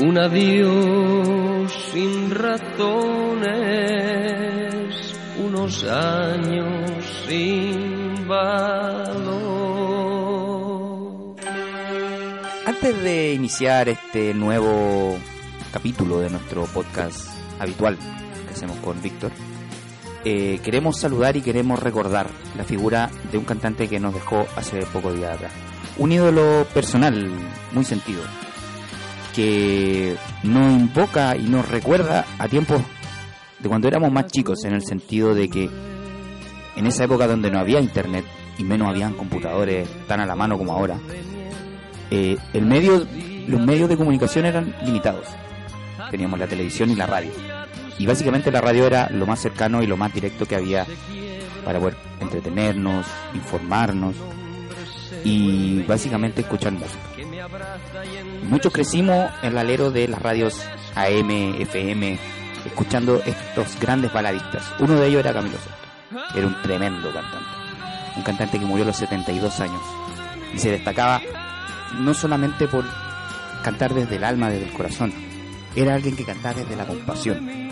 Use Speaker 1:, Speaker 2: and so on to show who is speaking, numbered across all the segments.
Speaker 1: un adiós sin ratones, unos años sin valor.
Speaker 2: Antes de iniciar este nuevo capítulo de nuestro podcast habitual que hacemos con Víctor, eh, queremos saludar y queremos recordar la figura de un cantante que nos dejó hace poco días atrás. Un ídolo personal, muy sentido, que nos invoca y nos recuerda a tiempos de cuando éramos más chicos, en el sentido de que en esa época donde no había internet y menos habían computadores tan a la mano como ahora, eh, el medio, los medios de comunicación eran limitados. Teníamos la televisión y la radio y básicamente la radio era lo más cercano y lo más directo que había para poder entretenernos, informarnos y básicamente escuchar música. Muchos crecimos en el alero de las radios AM, FM, escuchando estos grandes baladistas. Uno de ellos era Camilo Sesto. Era un tremendo cantante. Un cantante que murió a los 72 años y se destacaba no solamente por cantar desde el alma, desde el corazón, era alguien que cantaba desde la compasión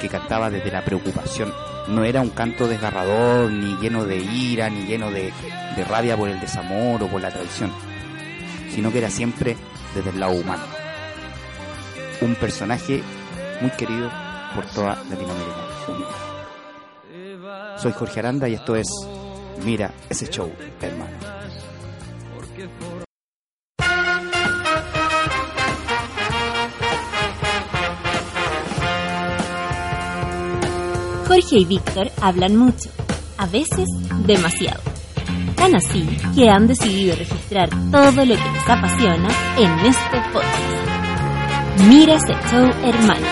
Speaker 2: que cantaba desde la preocupación. No era un canto desgarrador, ni lleno de ira, ni lleno de, de, rabia por el desamor o por la traición, sino que era siempre desde el lado humano. Un personaje muy querido por toda Latinoamérica Unida. Soy Jorge Aranda y esto es Mira ese show, hermano.
Speaker 3: Jorge y Víctor hablan mucho, a veces demasiado. Tan así que han decidido registrar todo lo que les apasiona en este podcast. Mira ese show, hermano.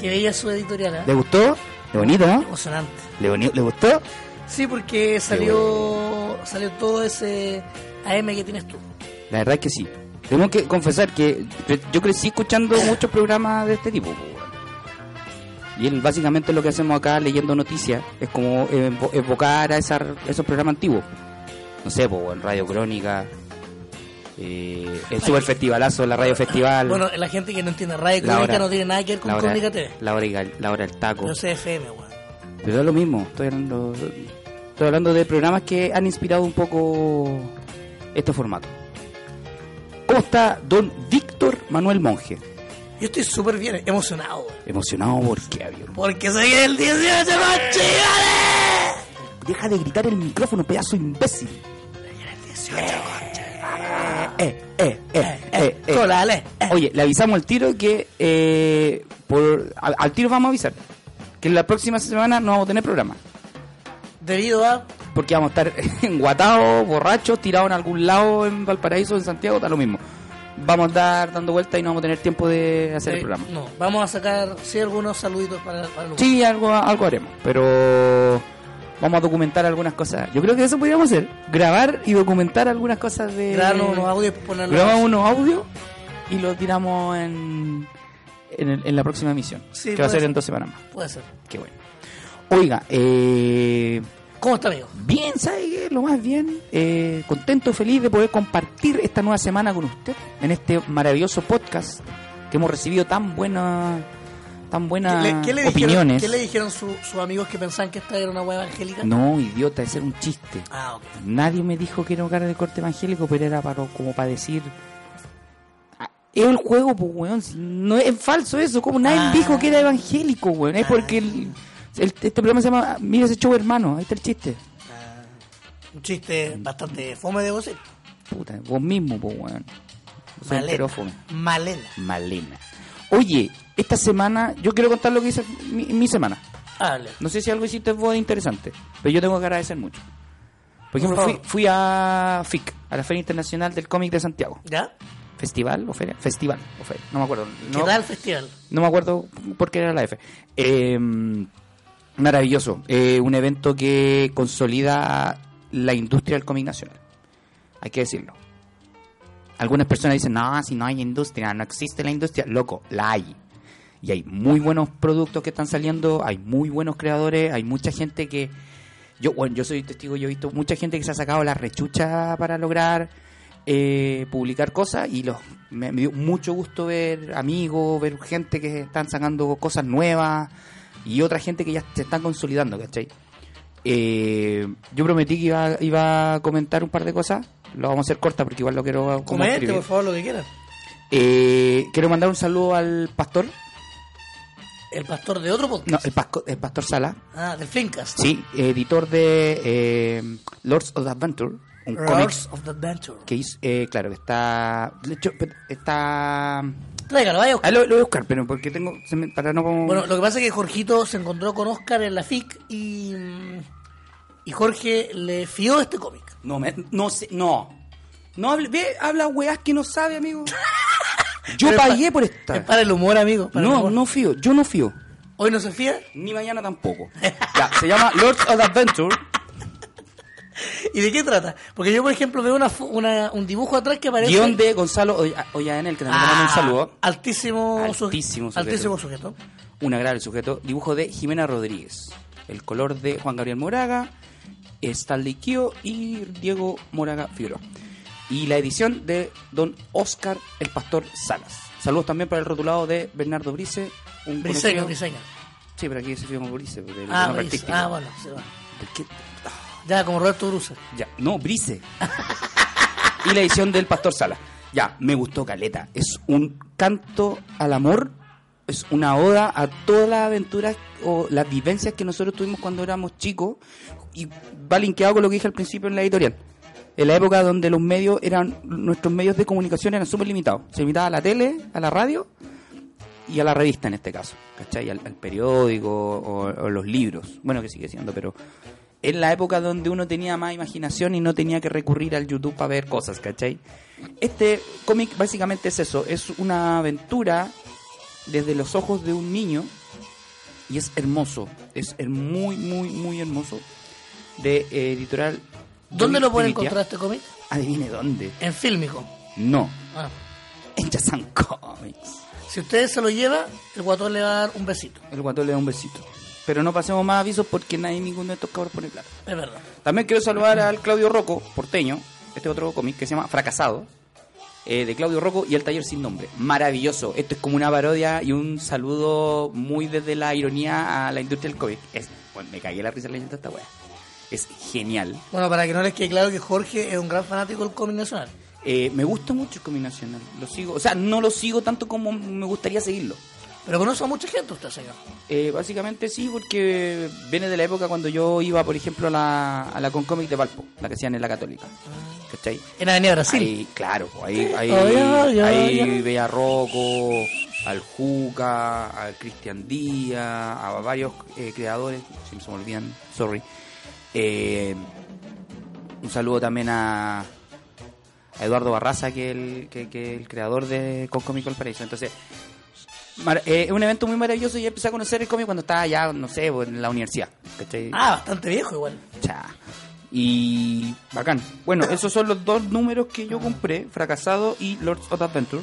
Speaker 4: Qué bella su editorial, ¿eh?
Speaker 2: ¿Le gustó? ¿Le bonito, no?
Speaker 4: Emocionante.
Speaker 2: ¿Le, boni- ¿Le gustó?
Speaker 4: Sí, porque salió, salió todo ese AM que tienes tú.
Speaker 2: La verdad es que sí. Tengo que confesar que cre- yo crecí escuchando muchos programas de este tipo. po, weón. Y el- básicamente lo que hacemos acá leyendo noticias es como eh, invo- evocar a esa, esos programas antiguos. No sé, po, en Radio Crónica, eh, el Super Festivalazo, la Radio Festival,
Speaker 4: Bueno, la gente que no entiende radio
Speaker 2: La
Speaker 4: crónica
Speaker 2: hora.
Speaker 4: no tiene nada que ver con
Speaker 2: la, hora,
Speaker 4: Crónica TV.
Speaker 2: la, hora, y gal- la hora del taco.
Speaker 4: No sé FM, weón.
Speaker 2: Pero es lo mismo, estoy hablando, estoy hablando de programas que han inspirado un poco este formato. ¿Cómo está don Víctor Manuel Monge?
Speaker 4: Yo estoy súper bien, emocionado, weón.
Speaker 2: Emocionado porque ah, avión.
Speaker 4: Porque soy el 18 más chivales.
Speaker 2: Deja de gritar el micrófono, pedazo imbécil.
Speaker 4: El 18
Speaker 2: Eh, eh, eh, eh, eh.
Speaker 4: Colale.
Speaker 2: Oye, le avisamos al tiro que eh, por, al, al tiro vamos a avisar que la próxima semana no vamos a tener programa.
Speaker 4: Debido a.
Speaker 2: Porque vamos a estar enguatados, borrachos, tirados en algún lado en Valparaíso, en Santiago, da lo mismo. Vamos a estar dando vueltas y no vamos a tener tiempo de hacer el
Speaker 4: eh,
Speaker 2: programa.
Speaker 4: No, vamos a sacar, sí, algunos saluditos para, para el
Speaker 2: Sí, algo, algo haremos, pero vamos a documentar algunas cosas. Yo creo que eso podríamos hacer, grabar y documentar algunas cosas de...
Speaker 4: Grabar unos audios y ponerlos.
Speaker 2: Grabamos unos audios y los tiramos en, en, el- en la próxima emisión, que va
Speaker 4: Sí,
Speaker 2: a
Speaker 4: puede
Speaker 2: ser
Speaker 4: ser.
Speaker 2: en dos semanas más.
Speaker 4: Puede ser.
Speaker 2: Qué bueno. Oiga, eh...
Speaker 4: ¿Cómo está, amigo?
Speaker 2: Bien, ¿sabe qué? Lo más bien. Eh, contento, feliz de poder compartir esta nueva semana con usted en este maravilloso podcast que hemos recibido tan buena tan buenas
Speaker 4: ¿Qué le, qué le dijeron,
Speaker 2: Ah, opiniones.
Speaker 4: ¿qué le dijeron su- sus amigos que pensaban que esta era una hueá evangélica?
Speaker 2: No, idiota, ese era un chiste.
Speaker 4: Ah, ok.
Speaker 2: Nadie me dijo que era un cara de corte evangélico, pero era para, como para decir. "Ah, Es el juego, pues, weón. si No, es falso eso. Como nadie
Speaker 4: Ah.
Speaker 2: dijo que era evangélico, weón. Es
Speaker 4: Ah.
Speaker 2: porque el- el- este programa se llama Mira ese show, hermano. Ahí está el chiste.
Speaker 4: Ah, un chiste bastante fome, eh. debo decir.
Speaker 2: Puta, vos mismo, pues, weón. Soy entero fome.
Speaker 4: Malena.
Speaker 2: Malena. Oye, esta semana yo quiero contar lo que hice mi, mi semana.
Speaker 4: Hable.
Speaker 2: No sé si algo hiciste vos de interesante, pero yo tengo que agradecer mucho. Por ejemplo,
Speaker 4: Por
Speaker 2: fui,
Speaker 4: favor.
Speaker 2: fui a FIC, a la Feria Internacional del Cómic de Santiago.
Speaker 4: ¿Ya?
Speaker 2: ¿Festival o feria? Festival o feria, no me acuerdo.
Speaker 4: ¿Qué
Speaker 2: No,
Speaker 4: tal el festival?
Speaker 2: no me acuerdo por qué era la F. Eh, maravilloso. Eh, un evento que consolida la industria del cómic nacional. Hay que decirlo. Algunas personas dicen, no, si no hay industria, no existe la industria. Loco, la hay. Y hay muy buenos productos que están saliendo, hay muy buenos creadores, hay mucha gente que... Yo, bueno, yo soy testigo, yo he visto mucha gente que se ha sacado la rechucha para lograr eh, publicar cosas y los, me, me dio mucho gusto ver amigos, ver gente que están sacando cosas nuevas y otra gente que ya se están consolidando, ¿cachai? Eh, yo prometí que iba, iba a comentar un par de cosas, lo vamos a hacer corta porque igual lo quiero como
Speaker 4: Comente,
Speaker 2: escribir.
Speaker 4: por favor, lo que quieras.
Speaker 2: Eh, quiero mandar un saludo al pastor,
Speaker 4: El pastor de otro podcast.
Speaker 2: no, el, pasco- el pastor Sala,
Speaker 4: Ah, del Flinkast.
Speaker 2: sí, editor de eh, Lords of the Adventure, un cómic
Speaker 4: Roars of the Adventure.
Speaker 2: que hizo, eh, claro, que está, de hecho, está,
Speaker 4: Tráigalo, vaya
Speaker 2: ah,
Speaker 4: Oscar.
Speaker 2: lo, lo voy a buscar, pero porque tengo, se me- para no,
Speaker 4: Bueno, lo que pasa es que Jorgito se encontró con Oscar en la FIC y, mm, y Jorge le fió este cómic.
Speaker 2: no, me- no sé, no, no hable, ve, habla weás que no sabe, amigo. Yo
Speaker 4: Pero es pa-
Speaker 2: pagué por
Speaker 4: Es
Speaker 2: esta.
Speaker 4: para el humor, amigo. para el
Speaker 2: No,
Speaker 4: humor.
Speaker 2: no fío, yo no fío.
Speaker 4: Hoy no se fía.
Speaker 2: Ni mañana tampoco. Ya, se llama Lords of the Adventure.
Speaker 4: ¿Y de qué trata? Porque yo, por ejemplo, veo una, fo- una- un dibujo atrás que aparece...
Speaker 2: Guión de Gonzalo Oya- Oyadenel, que también le mando un saludo.
Speaker 4: Ah, Altísimo, suje-
Speaker 2: Altísimo sujeto.
Speaker 4: altísimo sujeto.
Speaker 2: Un agradable sujeto. Dibujo de Jimena Rodríguez. El color de Juan Gabriel Moraga, Stanley Kio y Diego Moraga Figueroa. Y la edición de Don Oscar el Pastor Salas. Saludos también para el rotulado de Bernardo Brice. Un
Speaker 4: Briseño,
Speaker 2: conocido-
Speaker 4: briseño.
Speaker 2: Sí, pero aquí se firma Brice. porque el
Speaker 4: Ah,
Speaker 2: nombre
Speaker 4: Brice.
Speaker 2: artístico.
Speaker 4: Ah, bueno, se va.
Speaker 2: ¿Por qué?
Speaker 4: Ya, como Roberto Bruce.
Speaker 2: Ya, no, Brice. y la edición del Pastor Sala. Ya, me gustó Caleta. Es un canto al amor, es una oda a todas las aventuras o las vivencias que nosotros tuvimos cuando éramos chicos y va linkeado con lo que dije al principio en la editorial. En la época donde los medios eran, nuestros medios de comunicación eran súper limitados. Se limitaba a la tele, a la radio y a la revista en este caso, ¿cachai? Al, al periódico o, o los libros, bueno que sigue siendo, pero en la época donde uno tenía más imaginación y no tenía que recurrir al YouTube para ver cosas, ¿cachai? Este cómic básicamente es eso, es una aventura desde los ojos de un niño y es hermoso, es her- muy, muy, muy hermoso de eh, editorial.
Speaker 4: ¿Dónde
Speaker 2: Doni-
Speaker 4: lo pueden
Speaker 2: Donitia.
Speaker 4: encontrar este cómic?
Speaker 2: Adivine dónde.
Speaker 4: En Fílmico.
Speaker 2: No,
Speaker 4: Ah.
Speaker 2: en Chazán Comics.
Speaker 4: Si usted se lo lleva, el guatón le va a dar un besito.
Speaker 2: El guatón le da un besito. Pero no pasemos más avisos porque nadie, ninguno de estos cabros pone plata.
Speaker 4: Es verdad.
Speaker 2: También quiero saludar al Claudio Rocco, porteño, este otro cómic que se llama Fracasado, eh, de Claudio Rocco y El Taller Sin Nombre. Maravilloso. Esto es como una parodia y un saludo muy desde la ironía a la industria del cómic. Es, bueno, me cagué la risa leyendo esta wea. Es genial.
Speaker 4: Bueno, para que no les quede claro que Jorge es un gran fanático del cómic nacional.
Speaker 2: Eh, me gusta mucho el cómic nacional. Lo sigo, o sea, no lo sigo tanto como me gustaría seguirlo.
Speaker 4: Pero conoce a mucha gente usted, señor.
Speaker 2: Eh, básicamente sí, porque viene de la época cuando yo iba, por ejemplo, a la, a la Concomic de Valpo, la que hacían en la Católica. ¿Cachai?
Speaker 4: En Avenida Brasil.
Speaker 2: Ahí, claro, pues, ahí, ahí,
Speaker 4: Oh, ya, ya,
Speaker 2: ahí
Speaker 4: ya.
Speaker 2: veía a Rocco, al Juca, al Cristian Díaz, a varios eh, creadores, siempre se me olvidan, sorry. Eh, un saludo también a, a Eduardo Barraza, que es el, que, que es el creador de Concomic Valparaíso. Entonces, mar- eh, es un evento muy maravilloso y yo empecé a conocer el cómic cuando estaba ya, no sé, en la universidad. ¿cachai?
Speaker 4: Ah, bastante viejo igual.
Speaker 2: Cha. Y bacán. Bueno, esos son los dos números que yo compré, Fracasado y Lords of the Adventure.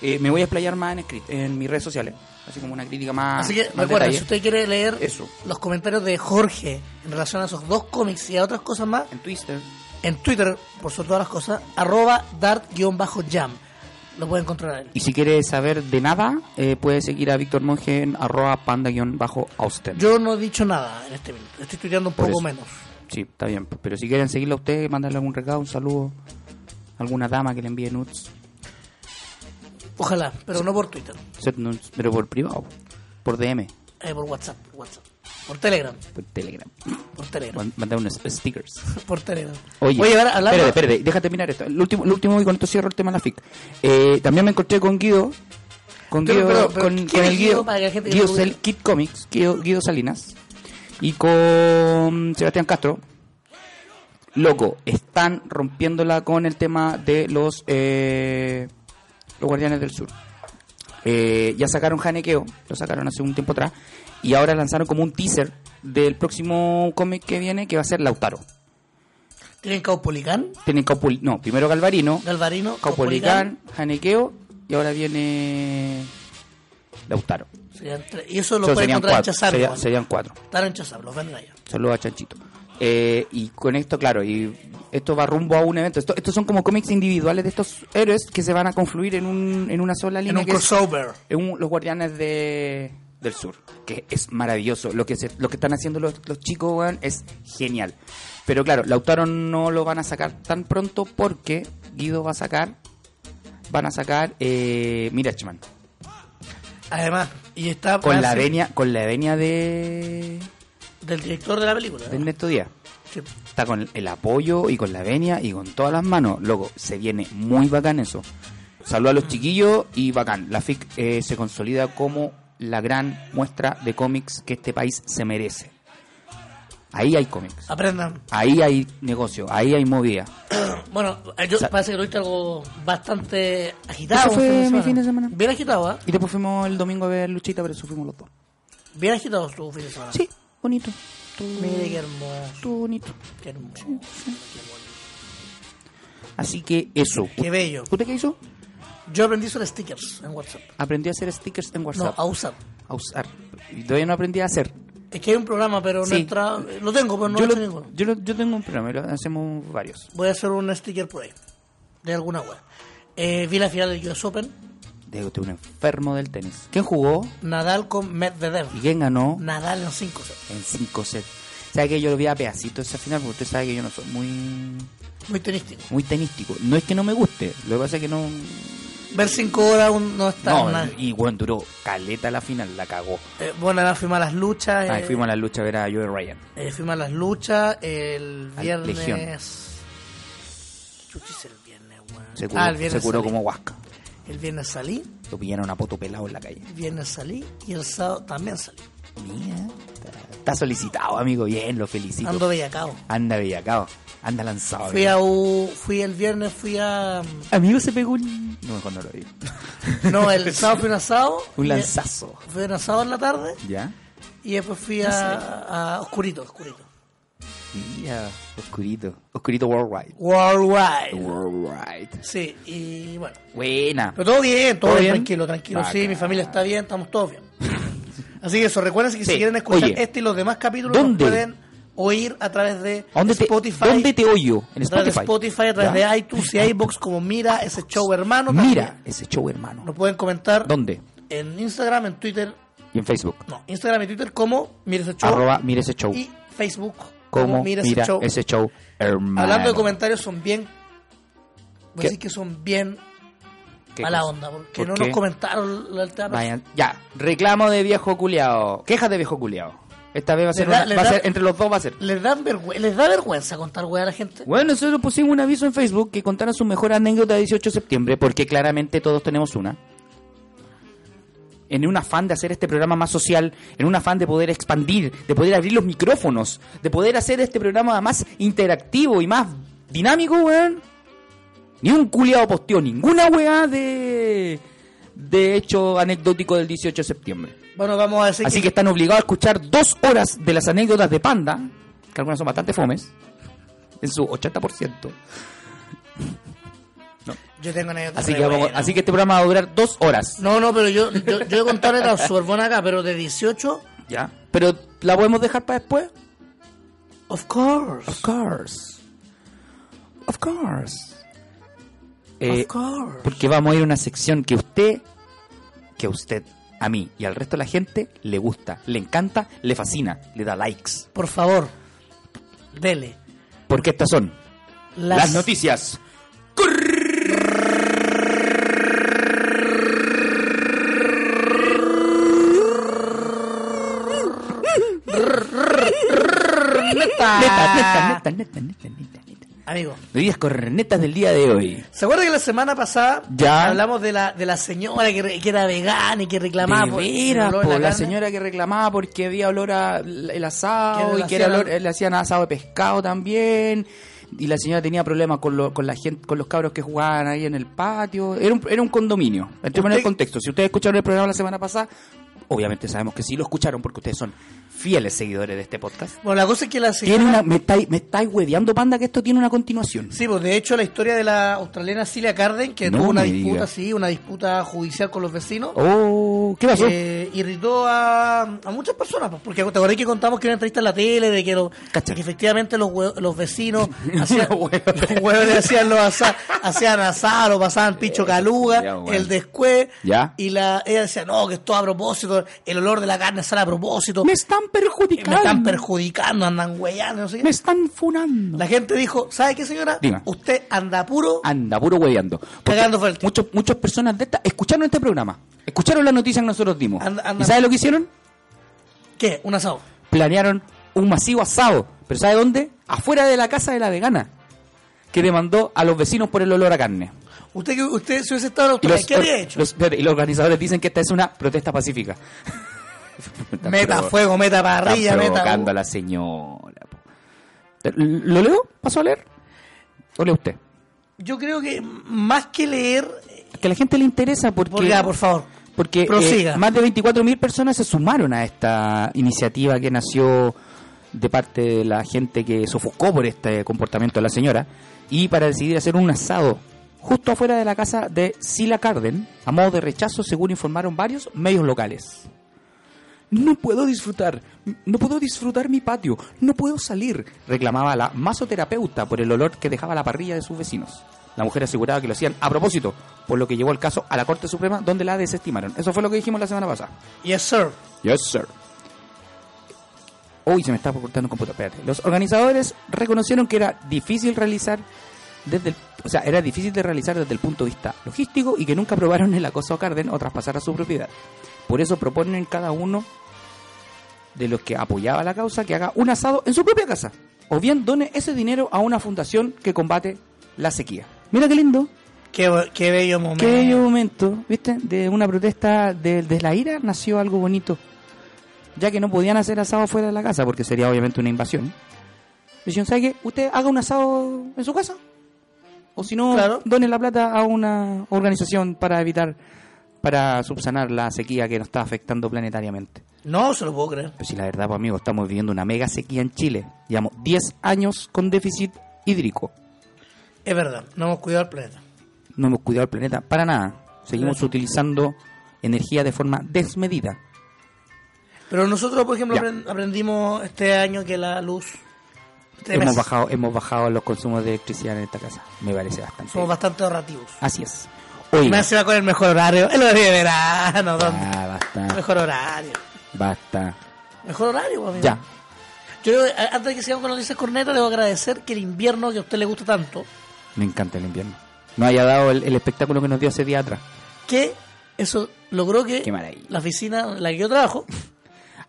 Speaker 2: Eh, me voy a explayar más en, escrit- en mis redes sociales, así como una crítica más.
Speaker 4: Así que
Speaker 2: Ah, más
Speaker 4: recuerden,
Speaker 2: detalle.
Speaker 4: si usted quiere leer
Speaker 2: Eso.
Speaker 4: los comentarios de Jorge en relación a esos dos cómics y a otras cosas más,
Speaker 2: En Twitter.
Speaker 4: en Twitter, por sobre todas las cosas, arroba dart-jam. Lo puede encontrar él.
Speaker 2: Y si quiere saber de nada, eh, puede seguir a Víctor Monge en arroba panda-austen.
Speaker 4: Yo no he dicho nada en este minuto. Estoy estudiando un
Speaker 2: Por
Speaker 4: poco
Speaker 2: eso.
Speaker 4: menos.
Speaker 2: Sí, está bien. pues, Pero si quieren seguirlo a usted, mandarle algún recado, un saludo, alguna dama que le envíe nudes,
Speaker 4: Ojalá, pero no por Twitter,
Speaker 2: set nudes, pero por privado, por DM,
Speaker 4: eh, por WhatsApp, por WhatsApp. Por Telegram,
Speaker 2: por Telegram.
Speaker 4: por Telegram,
Speaker 2: Man- Mandar unos stickers.
Speaker 4: por Telegram.
Speaker 2: Oye,
Speaker 4: ahora hablando-
Speaker 2: espérate, espérate, déjate terminar esto. El último, el último y con esto cierro el tema de la FIC. Eh, también me encontré con Guido, con
Speaker 4: Pero,
Speaker 2: Guido,
Speaker 4: pero, pero,
Speaker 2: con,
Speaker 4: ¿quién
Speaker 2: con
Speaker 4: es
Speaker 2: el
Speaker 4: Guido
Speaker 2: Guido,
Speaker 4: para que la gente que
Speaker 2: Guido
Speaker 4: no-
Speaker 2: Sel- Kid Comics, Guido, Guido Salinas y con Sebastián Castro. Loco, están rompiéndola con el tema de los eh, los Guardianes del Sur. Eh, ya sacaron Hanekeo, lo sacaron hace un tiempo atrás, y ahora lanzaron como un teaser del próximo cómic que viene, que va a ser Lautaro.
Speaker 4: Tienen Caupolicán,
Speaker 2: Tienen Caupul- no, primero Galvarino,
Speaker 4: Galvarino,
Speaker 2: Caupolicán, Janequeo y ahora viene Lautaro.
Speaker 4: Serían tres. Y eso lo
Speaker 2: Eso
Speaker 4: pueden
Speaker 2: serían
Speaker 4: encontrar en
Speaker 2: cuatro.
Speaker 4: Chazar.
Speaker 2: sería-
Speaker 4: ¿no?
Speaker 2: serían cuatro.
Speaker 4: Están en Chazar, los venden allá.
Speaker 2: Saludos a Chanchito. Eh, y con esto, claro, y esto va rumbo a un evento. Esto- estos son como cómics individuales de estos héroes que se van a confluir en, un, en una sola
Speaker 4: En
Speaker 2: línea.
Speaker 4: un
Speaker 2: que es-
Speaker 4: crossover.
Speaker 2: es un- los guardianes de, del sur, que es maravilloso. Lo que, se- lo que están haciendo los, los chicos, weón, es genial. Pero claro, Lautaro no lo van a sacar tan pronto porque Guido va a sacar, van a sacar eh, Mirachman.
Speaker 4: Además, y está
Speaker 2: Con la,
Speaker 4: frase
Speaker 2: venia, con la venia de,
Speaker 4: del director de la película.
Speaker 2: de Ernesto Díaz.
Speaker 4: Sí.
Speaker 2: Está con el apoyo y con la venia y con todas las manos. Loco, se viene muy bacán eso. Saludos a los chiquillos y bacán. La FIC eh, se consolida como la gran muestra de cómics que este país se merece. Ahí hay cómics.
Speaker 4: Aprendan.
Speaker 2: Ahí hay negocio. Ahí hay movida.
Speaker 4: Bueno, eh, yo
Speaker 2: Sa-
Speaker 4: parece que lo viste algo bastante agitado.
Speaker 2: Ese fue
Speaker 4: este
Speaker 2: mi fin de semana.
Speaker 4: Bien agitado, ¿ah?
Speaker 2: Y después fuimos el domingo a ver Luchita, pero eso fuimos los dos.
Speaker 4: Bien agitado tu fin de semana.
Speaker 2: Sí, bonito. Estuvo-
Speaker 4: Mire qué hermoso.
Speaker 2: estuvo bonito.
Speaker 4: Qué hermoso.
Speaker 2: Así que eso.
Speaker 4: Qué bello.
Speaker 2: ¿Usted qué hizo?
Speaker 4: Yo aprendí sobre stickers en WhatsApp.
Speaker 2: Aprendí a hacer stickers en
Speaker 4: No,
Speaker 2: WhatsApp.
Speaker 4: a usar.
Speaker 2: a usar. Y todavía no aprendí a hacer.
Speaker 4: Es que hay un programa, pero no
Speaker 2: Sí.
Speaker 4: entra... Lo tengo, pero no
Speaker 2: yo,
Speaker 4: lo
Speaker 2: lo-
Speaker 4: tengo ninguno.
Speaker 2: yo, lo- yo tengo un programa, y lo hacemos varios.
Speaker 4: Voy a hacer un sticker por ahí. De alguna web. Eh, vi la final del US Open.
Speaker 2: Digo, usted es un enfermo del tenis. ¿Quién jugó
Speaker 4: Nadal con Medvedev.
Speaker 2: y quién ganó
Speaker 4: Nadal en 5 sets.
Speaker 2: en 5 sets? ¿Sabe que yo lo vi a pedacitos esa final? Porque usted sabe que yo no soy muy,
Speaker 4: Muy tenístico.
Speaker 2: muy tenístico. No es que no me guste, lo que pasa es que no.
Speaker 4: Ver 5 horas aún no está
Speaker 2: No,
Speaker 4: nada.
Speaker 2: y bueno, duró caleta la final, la cagó.
Speaker 4: Eh, bueno, además fuimos a las luchas.
Speaker 2: Ahí
Speaker 4: eh,
Speaker 2: fuimos a la lucha a ver a Joe Ryan.
Speaker 4: eh, fuimos a las luchas el
Speaker 2: Al
Speaker 4: viernes.
Speaker 2: Legión.
Speaker 4: Chuchis, el viernes, weón.
Speaker 2: Se curó,
Speaker 4: Ah, el viernes
Speaker 2: se curó
Speaker 4: salí.
Speaker 2: como huasca.
Speaker 4: El viernes salí,
Speaker 2: Lo pillaron a poto pelado en la calle.
Speaker 4: el viernes salí y el sábado también salí.
Speaker 2: Mira, está, está solicitado, amigo. Bien, lo felicito.
Speaker 4: Ando bellacao.
Speaker 2: Anda bellacao. Anda lanzado.
Speaker 4: Fui a U- fui el viernes, fui a.
Speaker 2: Amigo se pegó un... No, mejor no lo digo.
Speaker 4: No, el sábado fui a un asado.
Speaker 2: Un
Speaker 4: y-
Speaker 2: lanzazo.
Speaker 4: Fui a un asado en la tarde
Speaker 2: ¿Ya?
Speaker 4: y después fui a, a Oscurito, Oscurito.
Speaker 2: Mira, oscurito. Oscurito Worldwide.
Speaker 4: Worldwide.
Speaker 2: Worldwide.
Speaker 4: Sí, y bueno.
Speaker 2: Buena.
Speaker 4: Pero todo bien, todo
Speaker 2: ¿Todo
Speaker 4: bien,
Speaker 2: bien?
Speaker 4: tranquilo, tranquilo. Sí,
Speaker 2: Bacán.
Speaker 4: mi familia está bien, estamos todos bien. Así que eso, recuerden que si
Speaker 2: Sí.
Speaker 4: quieren escuchar
Speaker 2: Oye,
Speaker 4: este y los demás capítulos, los
Speaker 2: ¿dónde?
Speaker 4: pueden oír a través de
Speaker 2: ¿A ¿Dónde te,
Speaker 4: Spotify.
Speaker 2: ¿Dónde te oyo? En
Speaker 4: a través
Speaker 2: Spotify.
Speaker 4: de Spotify, a través
Speaker 2: ¿Ya?
Speaker 4: de iTunes y iBox, como mira ese show hermano. también.
Speaker 2: Mira ese show, hermano.
Speaker 4: Nos pueden comentar
Speaker 2: ¿Dónde?
Speaker 4: en Instagram, en Twitter,
Speaker 2: Y en Facebook.
Speaker 4: no, Instagram y Twitter como mira ese show.
Speaker 2: Arroba, mira ese show.
Speaker 4: Y Facebook
Speaker 2: ¿Cómo? Mira,
Speaker 4: ese show.
Speaker 2: ese show, hermano.
Speaker 4: Hablando de comentarios, son bien.
Speaker 2: ¿Qué?
Speaker 4: Voy a decir que son bien
Speaker 2: ¿Qué
Speaker 4: a la
Speaker 2: cosa?
Speaker 4: onda, porque
Speaker 2: ¿Por
Speaker 4: no
Speaker 2: qué?
Speaker 4: nos comentaron el tema.
Speaker 2: Vayan. Ya, reclamo de viejo culiao. Quejas de viejo culiao. Esta vez va a ser,
Speaker 4: Le da-
Speaker 2: una-
Speaker 4: le
Speaker 2: va a
Speaker 4: da-
Speaker 2: ser entre los dos va a ser.
Speaker 4: ¿Les, dan vergüe- ¿Les da vergüenza contar weá a la gente?
Speaker 2: Bueno, nosotros pusimos un aviso en Facebook que contaran su mejor anécdota de 18 de septiembre, porque claramente todos tenemos una. En un afán de hacer este programa más social, en un afán de poder expandir, de poder abrir los micrófonos, de poder hacer este programa más interactivo y más dinámico, weón. Ni un culiado posteó ninguna weá de, de hecho anecdótico del 18 de septiembre.
Speaker 4: Bueno, vamos a decir
Speaker 2: Así que están obligados a escuchar dos horas de las anécdotas de Panda, que algunas son bastante fomes, en su 80%.
Speaker 4: yo tengo anécdotas
Speaker 2: Así
Speaker 4: re
Speaker 2: que, vamos-
Speaker 4: buenas.
Speaker 2: así que este programa va a durar dos horas.
Speaker 4: No, no, pero yo, yo, yo he contado anécdotas súper buenas acá, pero de 18,
Speaker 2: ¿Ya? Pero la podemos dejar para después.
Speaker 4: of course,
Speaker 2: Of course. Of course. Eh,
Speaker 4: of course.
Speaker 2: porque vamos a ir a una sección que usted, que a usted, a mí y al resto de la gente le gusta, le encanta, le fascina, le da likes.
Speaker 4: Por favor, dele.
Speaker 2: Porque estas son
Speaker 4: Las,
Speaker 2: las noticias. Neta, neta, neta, neta, neta, neta, neta.
Speaker 4: Amigo,
Speaker 2: Medidas cornetas del día de hoy.
Speaker 4: ¿se acuerda que la semana pasada
Speaker 2: Ya.
Speaker 4: hablamos de la, de la señora que, re- que era vegana y que reclamaba por-
Speaker 2: De
Speaker 4: por el
Speaker 2: veras,
Speaker 4: olor
Speaker 2: po,
Speaker 4: de
Speaker 2: la,
Speaker 4: carne?
Speaker 2: señora que reclamaba porque había olor a l- el asado
Speaker 4: Que
Speaker 2: y
Speaker 4: le
Speaker 2: que era
Speaker 4: hacían-
Speaker 2: olor- le hacían asado de pescado también. Y la señora tenía problemas con, lo- con la gente, con los cabros que jugaban ahí en el patio. Era un, era un condominio. Entremos en el
Speaker 4: Usted-
Speaker 2: contexto. Si ustedes escucharon el programa la semana pasada, obviamente sabemos que sí lo escucharon porque ustedes son fieles seguidores de este podcast.
Speaker 4: Bueno, la cosa es que la
Speaker 2: Tiene
Speaker 4: señora...
Speaker 2: una, me estáis me estáis hueveando, panda, que esto tiene una continuación.
Speaker 4: Sí, pues de hecho la historia de la australiana Celia Carden, que
Speaker 2: No
Speaker 4: tuvo una
Speaker 2: me
Speaker 4: disputa,
Speaker 2: diga.
Speaker 4: sí, una disputa judicial con los vecinos,
Speaker 2: Oh, ¿qué pasó?
Speaker 4: eh, irritó a, a muchas personas, pues, porque te acordás que contamos que era una entrevista en la tele, de que, lo-
Speaker 2: Cacha.
Speaker 4: que efectivamente los, hue- los vecinos hacían,
Speaker 2: Los
Speaker 4: los
Speaker 2: hueones.
Speaker 4: hueones hacían, los asa- hacían asado, pasaban picho caluga,
Speaker 2: ya, bueno.
Speaker 4: el descué,
Speaker 2: Ya.
Speaker 4: y la, ella decía, no, que esto a propósito, el olor de la carne sale a propósito,
Speaker 2: me están
Speaker 4: me
Speaker 2: perjudicando.
Speaker 4: están perjudicando, andan huellando, no sé qué.
Speaker 2: Me están funando.
Speaker 4: La gente dijo, ¿sabe qué señora?
Speaker 2: Diga.
Speaker 4: Usted anda puro
Speaker 2: Anda, puro hueveando. Porque
Speaker 4: Cagando fuerte.
Speaker 2: muchos- Muchas personas de estas escucharon este programa. Escucharon la noticia que nosotros dimos.
Speaker 4: Anda-
Speaker 2: ¿Y
Speaker 4: anda-
Speaker 2: sabes lo que hicieron?
Speaker 4: ¿Qué? ¿Un asado?
Speaker 2: Planearon un masivo asado. ¿Pero sabe dónde? Afuera de la casa de la vegana. Que demandó a los vecinos por el olor a carne.
Speaker 4: ¿Usted, que- usted si hubiese estado en
Speaker 2: Y
Speaker 4: Australia,
Speaker 2: los,
Speaker 4: ¿qué habría hecho?
Speaker 2: los- espérate, y los organizadores dicen que esta es una protesta pacífica.
Speaker 4: meta
Speaker 2: Pero-
Speaker 4: fuego, meta parrilla,
Speaker 2: Está
Speaker 4: meta...
Speaker 2: provocando a la señora. po. ¿Lo leo? ¿Paso a leer? ¿O lee usted?
Speaker 4: Yo creo que más que leer...
Speaker 2: Que a la gente le interesa porque...
Speaker 4: Porque, ah, por favor.
Speaker 2: Porque eh,
Speaker 4: Prosiga.
Speaker 2: más de 24.000 personas se sumaron a esta iniciativa que nació de parte de la gente que se ofuscó por este comportamiento de la señora y para decidir hacer un asado justo afuera de la casa de Sila Carden a modo de rechazo según informaron varios medios locales. No puedo disfrutar, no puedo disfrutar mi patio, no puedo salir, reclamaba la masoterapeuta por el olor que dejaba la parrilla de sus vecinos. La mujer aseguraba que lo hacían a propósito, por lo que llevó el caso a la Corte Suprema donde la desestimaron. Eso fue lo que dijimos la semana pasada.
Speaker 4: Yes, sir.
Speaker 2: Yes, sir. Uy, se me está cortando un computador. Espérate. Los organizadores reconocieron que era difícil realizar desde el, o sea, era difícil de realizar desde el punto de vista logístico y que nunca probaron el acoso a Carden o traspasar a su propiedad. Por eso proponen cada uno de los que apoyaba la causa que haga un asado en su propia casa o bien done ese dinero a una fundación que combate la sequía. Mira qué lindo.
Speaker 4: Qué, bo- qué bello momento.
Speaker 2: Qué bello momento, ¿viste? De una protesta de, de la ira nació algo bonito. Ya que no podían hacer asado fuera de la casa, porque sería obviamente una invasión. Dijeron, ¿sabe qué? Usted haga un asado en su casa. O si no,
Speaker 4: Claro.
Speaker 2: done la plata a una organización para evitar, para subsanar la sequía que nos está afectando planetariamente.
Speaker 4: No se lo puedo creer.
Speaker 2: Pero si la verdad, pues, amigo, estamos viviendo una mega sequía en Chile. Llevamos 10 años con déficit hídrico.
Speaker 4: Es verdad, no hemos cuidado el planeta.
Speaker 2: no hemos cuidado el planeta para nada. Seguimos
Speaker 4: Claro.
Speaker 2: utilizando energía de forma desmedida.
Speaker 4: Pero nosotros, por ejemplo,
Speaker 2: Ya.
Speaker 4: aprend- aprendimos este año que la luz... este
Speaker 2: Hemos
Speaker 4: mes,
Speaker 2: bajado, hemos bajado los consumos de electricidad en esta casa. Me parece bastante.
Speaker 4: Somos bastante ahorrativos.
Speaker 2: Así es. Oiga,
Speaker 4: Más se va con el mejor horario. El horario de verano, ¿dónde?
Speaker 2: ya, basta,
Speaker 4: Mejor horario.
Speaker 2: basta.
Speaker 4: Mejor horario, pues, amigo.
Speaker 2: Ya.
Speaker 4: Yo, eh, antes de que sigamos con las noticias corneta, debo agradecer que el invierno que a usted le gusta tanto,
Speaker 2: Me encanta el invierno. No haya dado el, el espectáculo que nos dio hace día atrás.
Speaker 4: que eso logró que
Speaker 2: Qué maravilla.
Speaker 4: la oficina en la que yo trabajo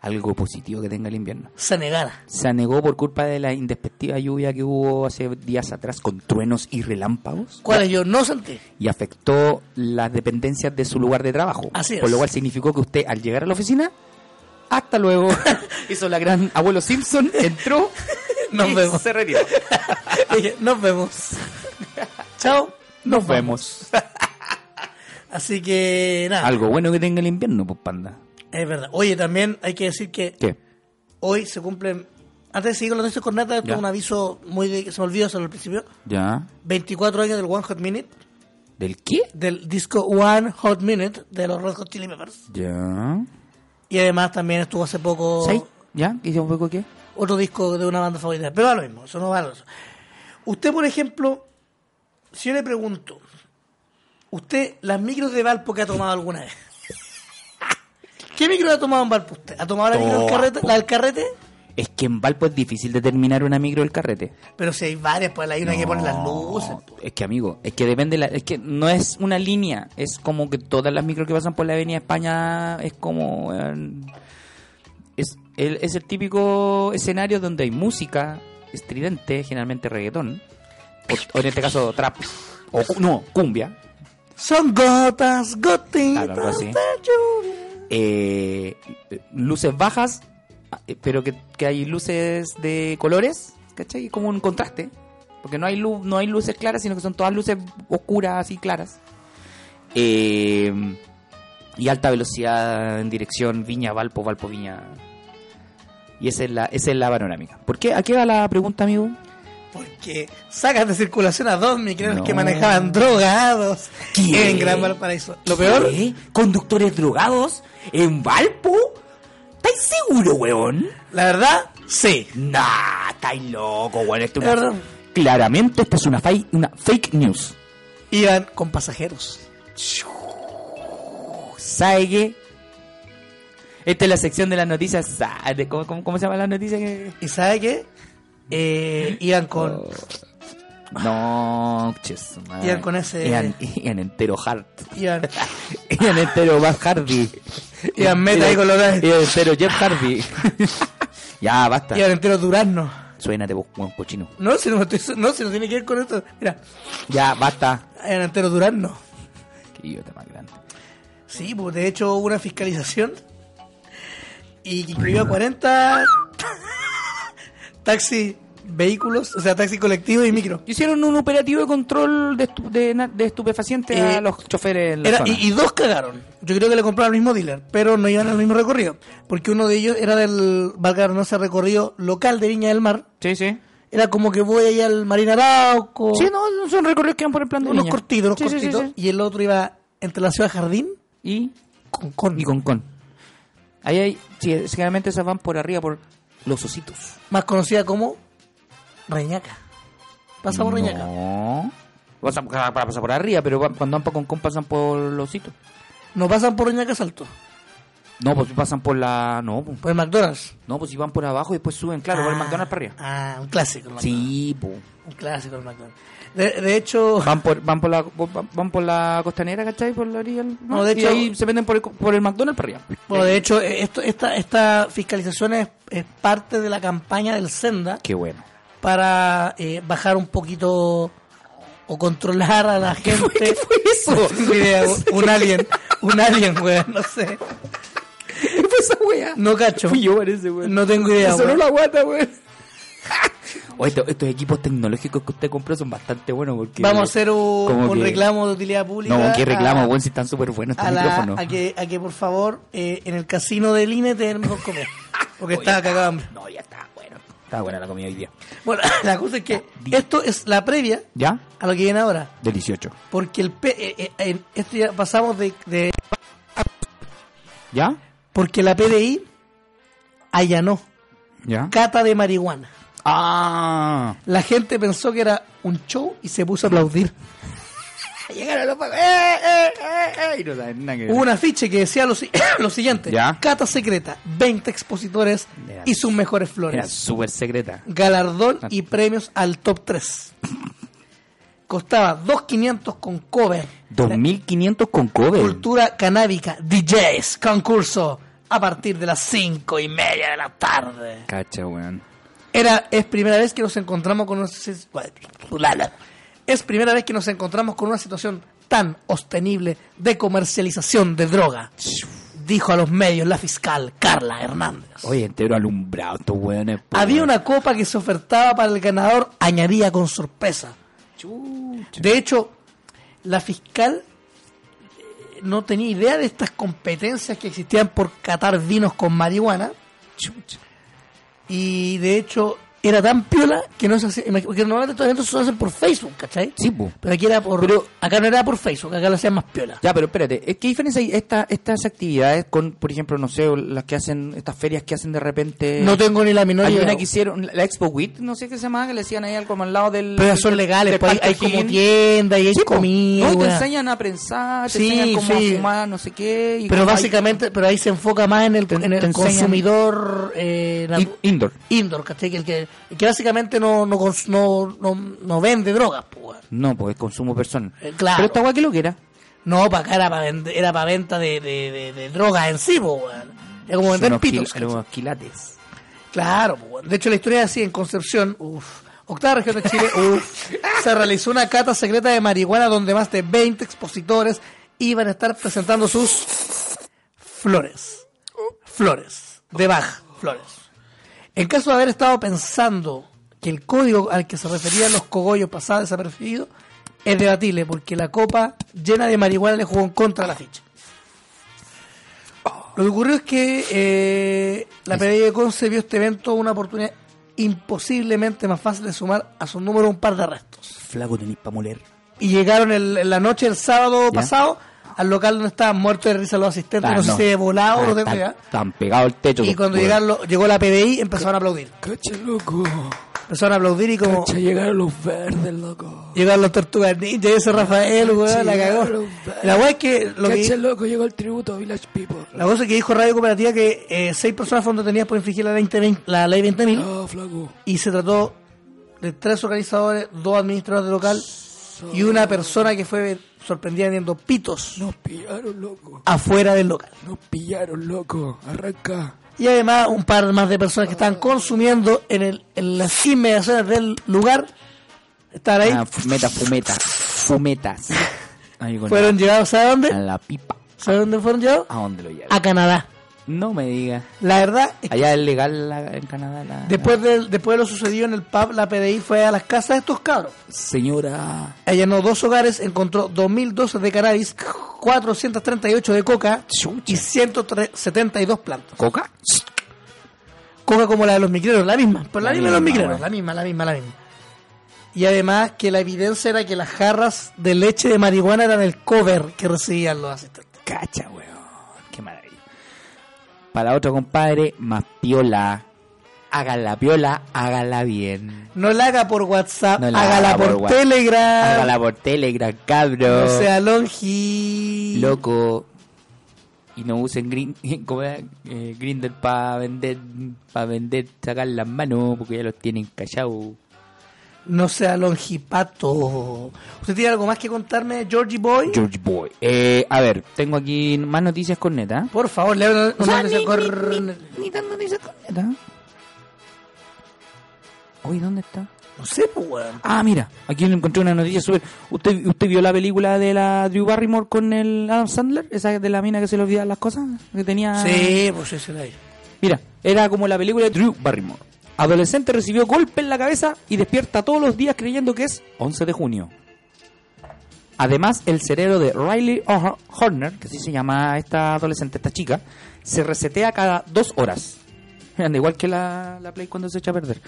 Speaker 2: Algo positivo que tenga el invierno.
Speaker 4: se negara.
Speaker 2: Se anegó por culpa de la indespectiva lluvia que hubo hace días atrás con truenos y relámpagos.
Speaker 4: Cuales yo no sentí.
Speaker 2: y afectó las dependencias de su lugar de trabajo.
Speaker 4: Así es.
Speaker 2: Por lo cual significó que usted al llegar a la oficina, hasta luego, hizo la gran abuelo Simpson, entró
Speaker 4: Nos
Speaker 2: y
Speaker 4: vemos.
Speaker 2: se retiró.
Speaker 4: Dije, nos vemos. Chao.
Speaker 2: Nos, vemos.
Speaker 4: Así que nada,
Speaker 2: Algo bueno que tenga el invierno, pues panda.
Speaker 4: es verdad. Oye, también hay que decir que
Speaker 2: ¿Qué?
Speaker 4: hoy se cumplen, antes de seguir con las noticias corneta, esto
Speaker 2: Ya.
Speaker 4: es un aviso muy de, que se me olvidó hacerlo al principio,
Speaker 2: ¿Ya?
Speaker 4: 24 años del One Hot Minute,
Speaker 2: ¿Del qué?
Speaker 4: del disco One Hot Minute de los Red Hot Chili Peppers.
Speaker 2: ¿Ya?
Speaker 4: Y además también estuvo hace poco...
Speaker 2: ¿Sí? ¿Ya? ¿Y un poco qué?
Speaker 4: otro disco de una banda favorita. Pero va lo mismo, eso no va a lo- Usted, por ejemplo, si yo le pregunto, ¿usted las micros de Valpo que ha tomado alguna vez? ¿Qué micro ha tomado en Valpo usted? ¿Ha tomado la micro del
Speaker 2: Todas,
Speaker 4: carrete?
Speaker 2: po.
Speaker 4: ¿La del carrete?
Speaker 2: Es que en Valpo es difícil determinar una micro del carrete.
Speaker 4: Pero si hay varias, pues hay una que pone las luces.
Speaker 2: No, Es que amigo, es que depende la, es que no es una línea, es como que todas las micros que pasan por la Avenida España es como weón, es el, es el típico escenario donde hay música estridente, generalmente reggaetón, o, o en este caso trap o cu- no, cumbia.
Speaker 4: Son gotas, gotitas
Speaker 2: Claro, algo así.
Speaker 4: de lluvia.
Speaker 2: eh, luces bajas, eh, pero que, que hay luces de colores, ¿cachai? Como un contraste, porque no hay, luz, no hay luces claras, sino que son todas luces oscuras y claras. Eh, y alta velocidad en dirección Viña Valpo, Valpo Viña. Y esa es la, esa es la panorámica. ¿Por qué? ¿A qué va la pregunta, amigo?
Speaker 4: Porque sacan de circulación a dos micrones
Speaker 2: No.
Speaker 4: que manejaban drogados
Speaker 2: ¿Qué?
Speaker 4: en Gran Valparaíso. Lo peor,
Speaker 2: ¿Qué? ¿Conductores drogados? ¿En Valpo? ¿Estáis seguro, weón?
Speaker 4: la verdad, sí.
Speaker 2: Nah, estáis loco, weón. Esto es una-
Speaker 4: Perdón.
Speaker 2: Claramente esto es una, fai- una fake news.
Speaker 4: Iban con pasajeros.
Speaker 2: ¿Sabe qué? Esta es la sección de las noticias. sa- de- ¿Cómo, cómo- cómo se llama la noticia? que-
Speaker 4: ¿Y sabe qué? Eh, iban
Speaker 2: Oh.
Speaker 4: con...
Speaker 2: No, ches, madre.
Speaker 4: Iban con ese-
Speaker 2: Iban, iban entero Hart.
Speaker 4: Iban,
Speaker 2: Iban entero Bad Hardy.
Speaker 4: Iban meta ahí con los dos.
Speaker 2: Iban entero Jeff Hardy. ya, basta.
Speaker 4: iban enteros duraznos.
Speaker 2: Suénate, vos, weón cochino.
Speaker 4: No, si no, me estoy- no, si no tiene que ver con esto. Mira,
Speaker 2: Ya, basta.
Speaker 4: eran enteros duraznos.
Speaker 2: Qué idiota más grande.
Speaker 4: Sí, pues de hecho hubo una fiscalización y que incluyó a 40 taxis, vehículos, o sea, taxis colectivos y micro.
Speaker 2: Hicieron un operativo de control de, estu- de, na- de estupefacientes
Speaker 4: Eh,
Speaker 2: a los choferes en la
Speaker 4: Era,
Speaker 2: zona.
Speaker 4: y, y dos cagaron. Yo creo que le compraron al mismo dealer, pero no iban al mismo recorrido. Porque uno de ellos era del, valga no sé, recorrido local de Viña del Mar.
Speaker 2: Sí, sí.
Speaker 4: Era como que voy ahí al Marina Arauco.
Speaker 2: Sí, no, son recorridos que van por el plan de
Speaker 4: unos
Speaker 2: Viña.
Speaker 4: cortitos, unos
Speaker 2: Sí, sí, sí,
Speaker 4: cortitos.
Speaker 2: sí.
Speaker 4: Y el otro iba entre la ciudad Jardín
Speaker 2: Y
Speaker 4: con con.
Speaker 2: y con con. Ahí hay, sí, generalmente esas van por arriba por los ositos.
Speaker 4: Más conocida como Reñaca. Pasa por Reñaca.
Speaker 2: No. Pasan, para, pasar por arriba, pero va- cuando van para con con pasan por los ositos.
Speaker 4: No pasan por Reñaca Salto,
Speaker 2: No, pues si pasan por la. No, pues,
Speaker 4: por el McDonald's.
Speaker 2: no, pues si van por abajo y después suben, claro, por el McDonald's para arriba.
Speaker 4: Ah, un clásico el McDonald's.
Speaker 2: Sí, pues.
Speaker 4: Un clásico el McDonald's. De, de hecho,
Speaker 2: Van por, van por la van van por la costanera, ¿cachai? Por la orilla. del mar,
Speaker 4: No, de
Speaker 2: y
Speaker 4: hecho-
Speaker 2: ahí se venden por el, co- por el McDonald's para arriba.
Speaker 4: bueno, de hecho eh, esto, esta, esta fiscalización es, es parte de la campaña del Senda
Speaker 2: Qué bueno.
Speaker 4: para eh, bajar un poquito o controlar a la gente.
Speaker 2: ¿Qué fue eso?
Speaker 4: Ni idea, un alien, un alien, weón, no sé.
Speaker 2: ¿Qué fue esa wea?
Speaker 4: No cacho.
Speaker 2: Fui yo, parece, wea.
Speaker 4: No tengo idea,
Speaker 2: Me sonó
Speaker 4: weón.
Speaker 2: la guata, güey. Oye, esto- estos equipos tecnológicos que usted compró son bastante buenos porque...
Speaker 4: Vamos a hacer un,
Speaker 2: como
Speaker 4: un
Speaker 2: que-
Speaker 4: reclamo de utilidad pública.
Speaker 2: No, qué reclamo,
Speaker 4: a-
Speaker 2: güey, si están súper buenos estos
Speaker 4: a, la-
Speaker 2: micrófonos.
Speaker 4: a que, a que por favor eh, en el casino del INE te den mejor comer. Porque estaba cagado. de hambre.
Speaker 2: No, ya está, bueno. Está buena la comida hoy día.
Speaker 4: Bueno, la cosa es
Speaker 2: Oh,
Speaker 4: que esto es la previa
Speaker 2: ¿Ya?
Speaker 4: a lo que viene ahora.
Speaker 2: Del 18.
Speaker 4: Porque el P- eh, eh, en- esto ya pasamos de, de-
Speaker 2: ¿Ya?
Speaker 4: Porque la PDI allanó
Speaker 2: ¿Ya?
Speaker 4: cata de marihuana.
Speaker 2: ¡Ah!
Speaker 4: La gente pensó que era un show y se puso a aplaudir.
Speaker 2: Llegaron los pagos. ¡Eh, eh, eh, eh! Y no saben nada que
Speaker 4: Hubo un afiche que decía lo, si- lo siguiente.
Speaker 2: Ya.
Speaker 4: Cata secreta, 20 expositores
Speaker 2: Mira.
Speaker 4: y sus mejores
Speaker 2: Era
Speaker 4: flores.
Speaker 2: súper secreta.
Speaker 4: galardón y premios al top 3. Costaba 2.500 con cover.
Speaker 2: 2.500 con cover.
Speaker 4: Cultura canábica, DJs, concurso a partir de las 5 y media de la tarde.
Speaker 2: Cacha, weón.
Speaker 4: Era, es primera vez que nos encontramos con una si- es primera vez que nos encontramos con una situación tan sostenible de comercialización de droga, dijo a los medios la fiscal Carla Hernández.
Speaker 2: Oye, pues, entero alumbrado estos weones. po,
Speaker 4: Había
Speaker 2: weón.
Speaker 4: una copa que se ofertaba para el ganador, añadía con sorpresa.
Speaker 2: Chucha.
Speaker 4: De hecho, la fiscal eh, no tenía idea de estas competencias que existían por catar vinos con marihuana
Speaker 2: Chucha.
Speaker 4: y de hecho era tan piola que no se hacía, imagi- porque normalmente estos eventos se hacen por Facebook, ¿cachai?
Speaker 2: Sí, po.
Speaker 4: Pero aquí era por, acá no era por Facebook, acá lo hacían más piola.
Speaker 2: Ya, pero espérate, ¿eh, ¿qué diferencia hay esta, estas actividades con, por ejemplo, no sé, las que hacen, estas ferias que hacen de repente?
Speaker 4: no tengo ni la menor
Speaker 2: Hay
Speaker 4: idea.
Speaker 2: una que hicieron, la Expo WIT, no sé qué se llamaba, que le decían ahí al- como al lado del...
Speaker 4: Pero son
Speaker 2: del-
Speaker 4: legales,
Speaker 2: del
Speaker 4: pues hay,
Speaker 2: Parque
Speaker 4: hay como
Speaker 2: O'Higgins.
Speaker 4: tienda y hay
Speaker 2: Sí, po.
Speaker 4: comida.
Speaker 2: No, y te
Speaker 4: weá.
Speaker 2: enseñan a prensar, te
Speaker 4: Sí,
Speaker 2: enseñan cómo
Speaker 4: sí.
Speaker 2: a fumar, no sé qué. y
Speaker 4: Pero
Speaker 2: cómo hay-
Speaker 4: básicamente, pero ahí se enfoca más en el,
Speaker 2: Te-
Speaker 4: en el
Speaker 2: te enseñan-
Speaker 4: consumidor eh, natu-
Speaker 2: In- indoor.
Speaker 4: indoor, ¿cachai? Que, el que, el que básicamente no, no, cons- no, no, no vende drogas, pues. weón.
Speaker 2: No, pues es consumo personal.
Speaker 4: Eh, claro.
Speaker 2: Pero esta guay que lo que era.
Speaker 4: No, para acá era para era pa venta de, de, de, de drogas en sí, pues. weón. Era como
Speaker 2: Son
Speaker 4: vender
Speaker 2: unos
Speaker 4: pitos.
Speaker 2: quil-
Speaker 4: ¿cachai?
Speaker 2: unos quilates.
Speaker 4: Claro, pues, weón. De hecho, la historia es así, en Concepción, uff. Octava región de Chile, uff. Se realizó una cata secreta de marihuana donde más de 20 expositores iban a estar presentando sus flores. Flores. De Bach, flores. En caso de haber estado pensando que el código al que se referían los cogollos pasaba desapercibido, es debatible porque la copa llena de marihuana le jugó en contra a la ficha. Lo que ocurrió es que eh, la PDI de Conce vio este evento una oportunidad imposiblemente más fácil de sumar a su número un par de arrestos.
Speaker 2: Flaco tenéis para moler.
Speaker 4: Y llegaron el- en la noche del sábado
Speaker 2: Ya.
Speaker 4: pasado al local donde estaban muertos de risa los asistentes,
Speaker 2: Ah,
Speaker 4: no, sé si de volado,
Speaker 2: Ah,
Speaker 4: no tengo
Speaker 2: tan-
Speaker 4: idea.
Speaker 2: tan pegado al techo.
Speaker 4: Y
Speaker 2: pues,
Speaker 4: cuando
Speaker 2: weón.
Speaker 4: llegaron lo- llegó la PDI empezaron a aplaudir.
Speaker 5: Cacha, loco.
Speaker 4: Empezaron a aplaudir y como
Speaker 5: Cacha, llegaron los verdes, loco.
Speaker 4: llegaron los tortugas ninja y ese Rafael, weón, la cagó. La weá es que lo que
Speaker 5: Cacha, loco, llegó el tributo a Village People.
Speaker 4: La cosa que dijo Radio Cooperativa que eh, seis personas fueron detenidas por infringir la ley 20.000 la ley 20.000
Speaker 5: No, flaco.
Speaker 4: y se trató de tres organizadores, dos administradores de local y una persona que fue sorprendida vendiendo pitos
Speaker 5: Nos pillaron, loco.
Speaker 4: afuera del local.
Speaker 5: Nos pillaron, loco. Arranca.
Speaker 4: Y además un par más de personas que estaban consumiendo en, el, en las inmediaciones del lugar, estaban ahí,
Speaker 2: Ah, fumeta, fumeta. Fumetas. Ahí con
Speaker 4: fueron llevados, ¿sabe
Speaker 2: la, Ah. a
Speaker 4: dónde?
Speaker 2: la pipa.
Speaker 4: ¿Sabe dónde fueron llevados?
Speaker 2: ¿A dónde lo llevan?
Speaker 4: A Canadá.
Speaker 2: No me digas.
Speaker 4: La verdad es
Speaker 2: Allá es legal la- en Canadá la.
Speaker 4: Después de, después de lo sucedido en el pub, la PDI fue a las casas de estos cabros.
Speaker 2: Señora.
Speaker 4: Allanó dos hogares, encontró 2.000 dosis de cannabis, 438 de coca y 172 plantas.
Speaker 2: ¿Coca?
Speaker 4: Coca como la de los micreros, la misma. Pero la,
Speaker 2: La
Speaker 4: misma de los
Speaker 2: misma,
Speaker 4: micreros,
Speaker 2: bueno.
Speaker 4: la misma, la misma, la misma. Y además que la evidencia era que las jarras de leche de marihuana eran el cover que recibían los asistentes.
Speaker 2: Cacha, weón. Qué maravilla. Para otro compadre, más piola. Hágala piola, hágala bien.
Speaker 4: No la haga por WhatsApp,
Speaker 2: No la
Speaker 4: hágala
Speaker 2: haga por
Speaker 4: por,
Speaker 2: WhatsApp.
Speaker 4: Telegram,
Speaker 2: Hágala por Telegram, cabro.
Speaker 4: Ah. no sea longi.
Speaker 2: Loco. Y no usen green, como era, eh, Grindr para vender, para vender, sacar las manos, porque ya los tienen callados.
Speaker 4: No sea longipato. ¿Usted tiene algo más que contarme, Georgie Boy?
Speaker 2: George Boy. Eh, a ver, tengo aquí más noticias con neta.
Speaker 4: Por favor, le hablo
Speaker 2: O sea,
Speaker 4: una-
Speaker 2: ni-
Speaker 4: una-
Speaker 2: ni-
Speaker 4: cor-
Speaker 2: Ni tan noticias con neta. Oye, ¿dónde está?
Speaker 4: No sé, pues, weón.
Speaker 2: Ah, mira, aquí le encontré una noticia súper. ¿Usted, ¿Usted vio la película de la Drew Barrymore con el Adam Sandler? ¿Esa de la mina que se le olvidaban las cosas? Que tenía...
Speaker 4: Sí, pues ese era ahí.
Speaker 2: Mira, era como la película de Drew Barrymore. Adolescente recibió golpe en la cabeza y despierta todos los días creyendo que es 11 de junio. Además, el cerebro de Riley O'Hor- Horner, que así se llama esta adolescente, esta chica, se resetea cada dos horas. Anda, igual que la, la Play cuando se echa a perder.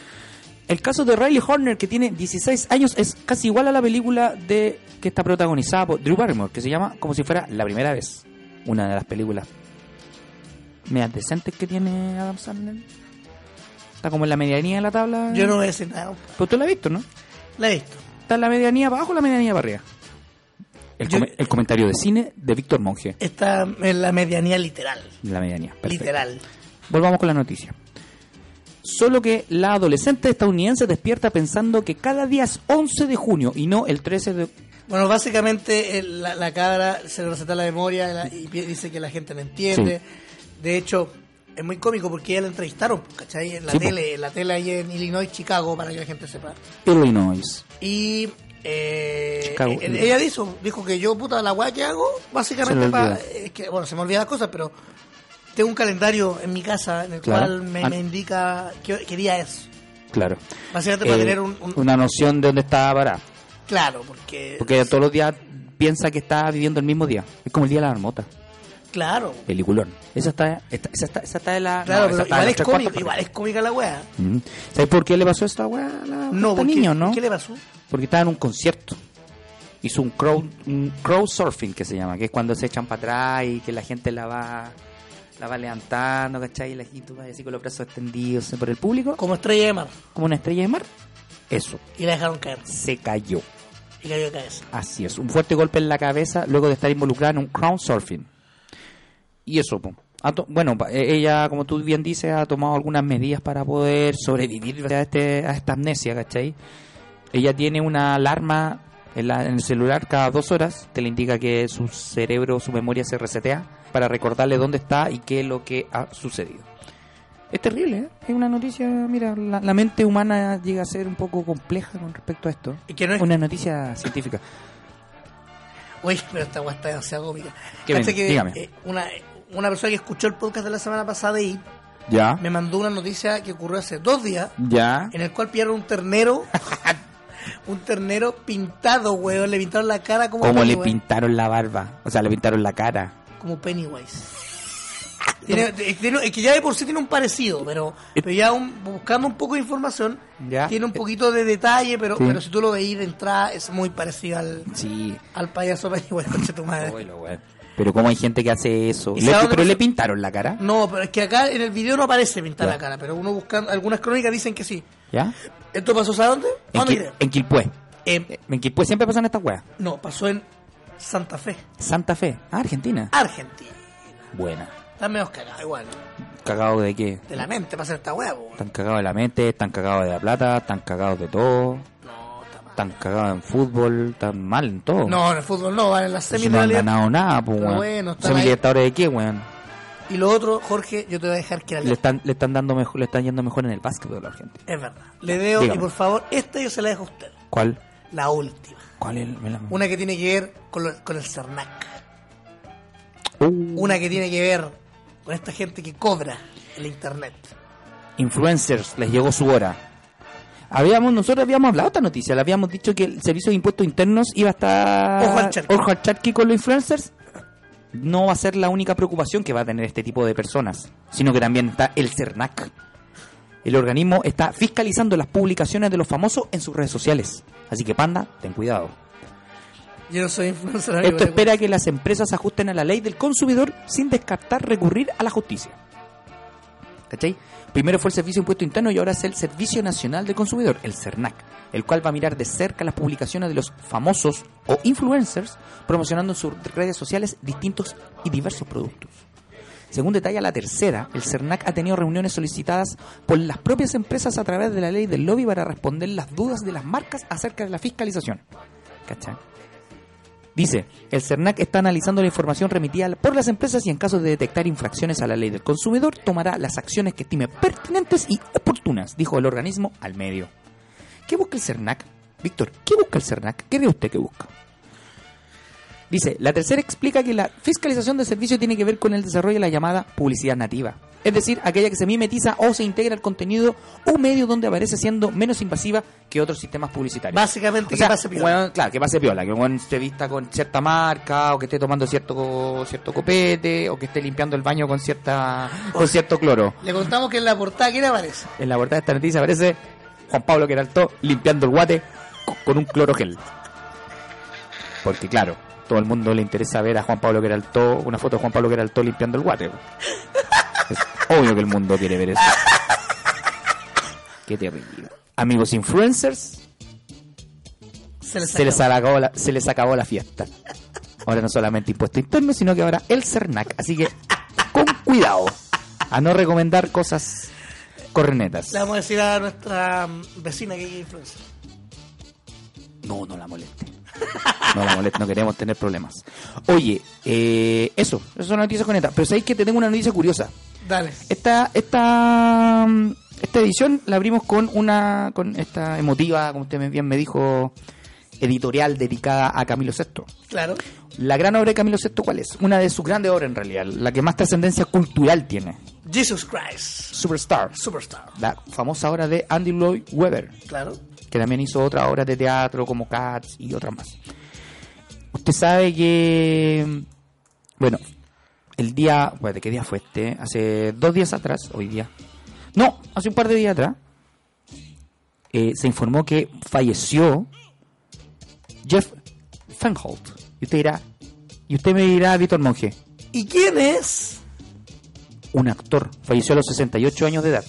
Speaker 2: El caso de Riley Horner, que tiene 16 años, es casi igual a la película de que está protagonizada por Drew Barrymore, que se llama Como si fuera la primera vez. Una de las películas medias decentes que tiene Adam Sandler. Está como en la medianía de la tabla.
Speaker 4: Yo no voy a decir nada.
Speaker 2: Pero tú la has visto, ¿no?
Speaker 4: La he visto.
Speaker 2: ¿Está en la medianía para abajo o la medianía para arriba? El,
Speaker 4: Yo-
Speaker 2: come- el comentario de cine de Víctor Monge.
Speaker 4: Está en la medianía literal.
Speaker 2: La medianía. perfecto.
Speaker 4: Literal.
Speaker 2: Volvamos con la noticia. Solo que la adolescente estadounidense despierta pensando que cada día es 11 de junio y no el 13 de...
Speaker 4: Bueno, básicamente el- la, la cabra se le receta la memoria la- y pi- dice que la gente no entiende. De hecho, es muy cómico porque ya la entrevistaron, ¿cachai? En la
Speaker 2: Sí, po.
Speaker 4: tele, en la tele ahí en Illinois, Chicago, para que la gente sepa.
Speaker 2: Illinois.
Speaker 4: Y eh,
Speaker 2: Chicago,
Speaker 4: eh,
Speaker 2: Illinois.
Speaker 4: ella dijo, dijo que yo, puta, la weá que hago,
Speaker 2: Se
Speaker 4: básicamente
Speaker 2: le
Speaker 4: para...
Speaker 2: olvida.
Speaker 4: es que, bueno, se me olvidan las cosas, pero tengo un calendario en mi casa en el
Speaker 2: Claro.
Speaker 4: cual me,
Speaker 2: Ah.
Speaker 4: me indica qué, qué día es.
Speaker 2: Claro.
Speaker 4: Básicamente para
Speaker 2: Eh,
Speaker 4: tener un, Eh, un-
Speaker 2: Una noción de dónde está parada.
Speaker 4: Claro, porque...
Speaker 2: Porque todos los días piensa que está viviendo el mismo día. Es como el día de la marmota.
Speaker 4: Claro,
Speaker 2: Peliculón. Esa está, esta- esa está, esa está de la...
Speaker 4: claro,
Speaker 2: no, esa está
Speaker 4: pero
Speaker 2: de
Speaker 4: igual
Speaker 2: los
Speaker 4: es,
Speaker 2: tres
Speaker 4: cómico,
Speaker 2: cuartos.
Speaker 4: igual es cómica la weá.
Speaker 2: Mm. ¿Sabes por qué le pasó esta weá a la a
Speaker 4: No,
Speaker 2: este
Speaker 4: porque,
Speaker 2: niño, no?
Speaker 4: ¿qué le pasó?
Speaker 2: Porque estaba en un concierto. Hizo un crowd, un crowd surfing que se llama, que es cuando se echan para atrás y que la gente la va la va levantando, ¿cachai? Y la gente va así con los brazos extendidos por el público,
Speaker 4: Como estrella de mar.
Speaker 2: como una estrella de mar. Eso,
Speaker 4: Y la dejaron caer.
Speaker 2: se cayó.
Speaker 4: Y cayó de cabeza.
Speaker 2: Así es, un fuerte golpe en la cabeza luego de estar involucrada en un crowd surfing. Y eso, po. Ha to- bueno, pa- e- ella, como tú bien dices, ha tomado algunas medidas para poder sobrevivir a, este, a esta amnesia, ¿cachai? Ella tiene una alarma en, la- en el celular cada dos horas que le indica que su cerebro, su memoria se resetea para recordarle dónde está y qué es lo que ha sucedido. Es terrible, ¿eh? es una noticia, mira, la, la mente humana llega a ser un poco compleja con respecto a esto.
Speaker 4: Y que no es-
Speaker 2: Una noticia científica.
Speaker 4: Oye, pero esta weá está demasiado cómica.
Speaker 2: ¿Qué
Speaker 4: Cacha
Speaker 2: viene?
Speaker 4: que,
Speaker 2: Dígame.
Speaker 4: eh, una, una persona que escuchó el podcast de la semana pasada y
Speaker 2: Ya,
Speaker 4: me mandó una noticia que ocurrió hace dos días
Speaker 2: ya.
Speaker 4: en el cual pillaron un ternero. un ternero pintado, weón. Le pintaron la cara como,
Speaker 2: Como le
Speaker 4: Pennywise,
Speaker 2: pintaron la barba, o sea, le pintaron la cara.
Speaker 4: como Pennywise. Tiene- es que no- es que ya de por sí tiene un parecido, pero, pero ya un- buscando un poco de información,
Speaker 2: Ya.
Speaker 4: tiene un poquito de detalle, pero,
Speaker 2: Sí.
Speaker 4: pero si tú lo veis de entrada es muy parecido al,
Speaker 2: Sí.
Speaker 4: al payaso Pennywise, concha tu madre.
Speaker 2: Abuelo, weón. Pero cómo hay gente que hace eso. Le-
Speaker 4: ¿Y sabe Mm. dónde
Speaker 2: pero
Speaker 4: pasó?
Speaker 2: le pintaron la cara.
Speaker 4: No, pero es que acá en el video no aparece pintar
Speaker 2: Ya.
Speaker 4: la cara, pero uno buscando, algunas crónicas dicen que sí.
Speaker 2: ¿Ya?
Speaker 4: ¿Esto pasó sabes dónde?
Speaker 2: En,
Speaker 4: ¿Dónde
Speaker 2: Quil-
Speaker 4: crees?
Speaker 2: en Quilpué.
Speaker 4: Eh,
Speaker 2: En Quilpué siempre pasan estas weas.
Speaker 4: no, pasó en Santa Fe,
Speaker 2: Santa Fe. Ah, Argentina.
Speaker 4: Argentina.
Speaker 2: Buena.
Speaker 4: Están menos cagados igual,
Speaker 2: ¿Cagados de qué?
Speaker 4: de la mente para hacer esta hueá, po.
Speaker 2: Están cagados de la mente, están cagados de la plata, están cagados de todo.
Speaker 4: No, está mal.
Speaker 2: Están cagados en fútbol, están mal en todo.
Speaker 4: No, en el fútbol no, van en las
Speaker 2: Si
Speaker 4: semis
Speaker 2: no han
Speaker 4: realidad.
Speaker 2: ganado nada, pues,
Speaker 4: Pero
Speaker 2: weón.
Speaker 4: bueno, están ahí.
Speaker 2: ¿Semidirectores de qué, weón?
Speaker 4: Y lo otro, Jorge, yo te voy a dejar que la
Speaker 2: Le están, le están dando mejor, le están yendo mejor en el básquetbol a la gente.
Speaker 4: Es verdad. Le deo,
Speaker 2: Dígame.
Speaker 4: y por favor, esta yo se la dejo a usted.
Speaker 2: ¿Cuál?
Speaker 4: La última.
Speaker 2: ¿Cuál es? Me la-
Speaker 4: Una que tiene que ver con, lo- con el Cernac.
Speaker 2: Uh,
Speaker 4: Una que tiene que ver con esta gente que cobra el internet.
Speaker 2: Influencers, les llegó su hora. Habíamos, nosotros habíamos hablado de esta noticia, le habíamos dicho que el servicio de impuestos internos iba a estar
Speaker 4: Ojo al charqui.
Speaker 2: ojo al charqui con los influencers. No va a ser la única preocupación que va a tener este tipo de personas, sino que también está el CERNAC. El organismo está fiscalizando las publicaciones de los famosos en sus redes sociales. Así que, panda, ten cuidado.
Speaker 4: Yo no soy influencer. amigo,
Speaker 2: Esto
Speaker 4: te cuento.
Speaker 2: espera que las empresas ajusten a la ley del consumidor sin descartar recurrir a la justicia. ¿Cachai? Primero fue el Servicio de Impuesto Interno y ahora es el Servicio Nacional del Consumidor, el CERNAC, el cual va a mirar de cerca las publicaciones de los famosos o influencers promocionando en sus redes sociales distintos y diversos productos. Según detalla la tercera, el CERNAC ha tenido reuniones solicitadas por las propias empresas a través de la ley del lobby para responder las dudas de las marcas acerca de la fiscalización. ¿Cachai? Dice, el CERNAC está analizando la información remitida por las empresas y en caso de detectar infracciones a la ley del consumidor, tomará las acciones que estime pertinentes y oportunas, dijo el organismo al medio. ¿Qué busca el CERNAC? Víctor, ¿qué busca el CERNAC? ¿Qué cree usted que busca? Dice, la tercera explica que la fiscalización del servicio tiene que ver con el desarrollo de la llamada publicidad nativa. Es decir, aquella que se mimetiza o se integra al contenido o medio donde aparece siendo menos invasiva que otros sistemas publicitarios.
Speaker 4: Básicamente,
Speaker 2: O sea,
Speaker 4: que pase piola.
Speaker 2: weón, claro, que pase piola, que weón se vista con cierta marca, o que esté tomando cierto cierto copete, o que esté limpiando el baño con cierta con cierto cloro.
Speaker 4: Le contamos que en la portada, ¿quién aparece?
Speaker 2: En la portada de esta noticia aparece Juan Pablo Queraltó limpiando el guate co- con un clorogel. Porque claro, todo el mundo le interesa ver a Juan Pablo Queraltó, una foto de Juan Pablo Queraltó limpiando el guate. Es obvio que el mundo quiere ver eso. Qué terrible. Amigos influencers,
Speaker 4: Se les
Speaker 2: se les,
Speaker 4: acabó.
Speaker 2: acabó la, se les acabó la fiesta. Ahora no solamente impuesto interno, sino que ahora el CERNAC. Así que con cuidado a no recomendar cosas cornetas.
Speaker 4: Le vamos a decir a nuestra mm, vecina que es influencer.
Speaker 2: No, no la moleste. No la moleste, no queremos tener problemas. Oye, eh, eso, esas son las noticias cornetas. Pero sabéis que te tengo una noticia curiosa.
Speaker 4: Dale.
Speaker 2: Esta, esta, mm, esta edición la abrimos con una, con esta emotiva, como usted bien me dijo, editorial dedicada a Camilo VI.
Speaker 4: Claro.
Speaker 2: La gran obra de Camilo VI, ¿cuál es? Una de sus grandes obras en realidad, la que más trascendencia cultural tiene,
Speaker 4: Jesus Christ.
Speaker 2: Superstar,
Speaker 4: Superstar.
Speaker 2: la famosa obra de Andy Lloyd Webber,
Speaker 4: Claro.
Speaker 2: que también hizo otras obras de teatro como Cats y otras más. Usted sabe que, bueno, el día, bueno, ¿de qué día fue este? Hace dos días atrás, hoy día. No, hace un par de días atrás, eh, se informó que falleció Jeff Fenholt. Y usted dirá, y usted me dirá, Víctor Monge,
Speaker 4: ¿Y quién es?
Speaker 2: un actor, falleció a los 68 años de edad.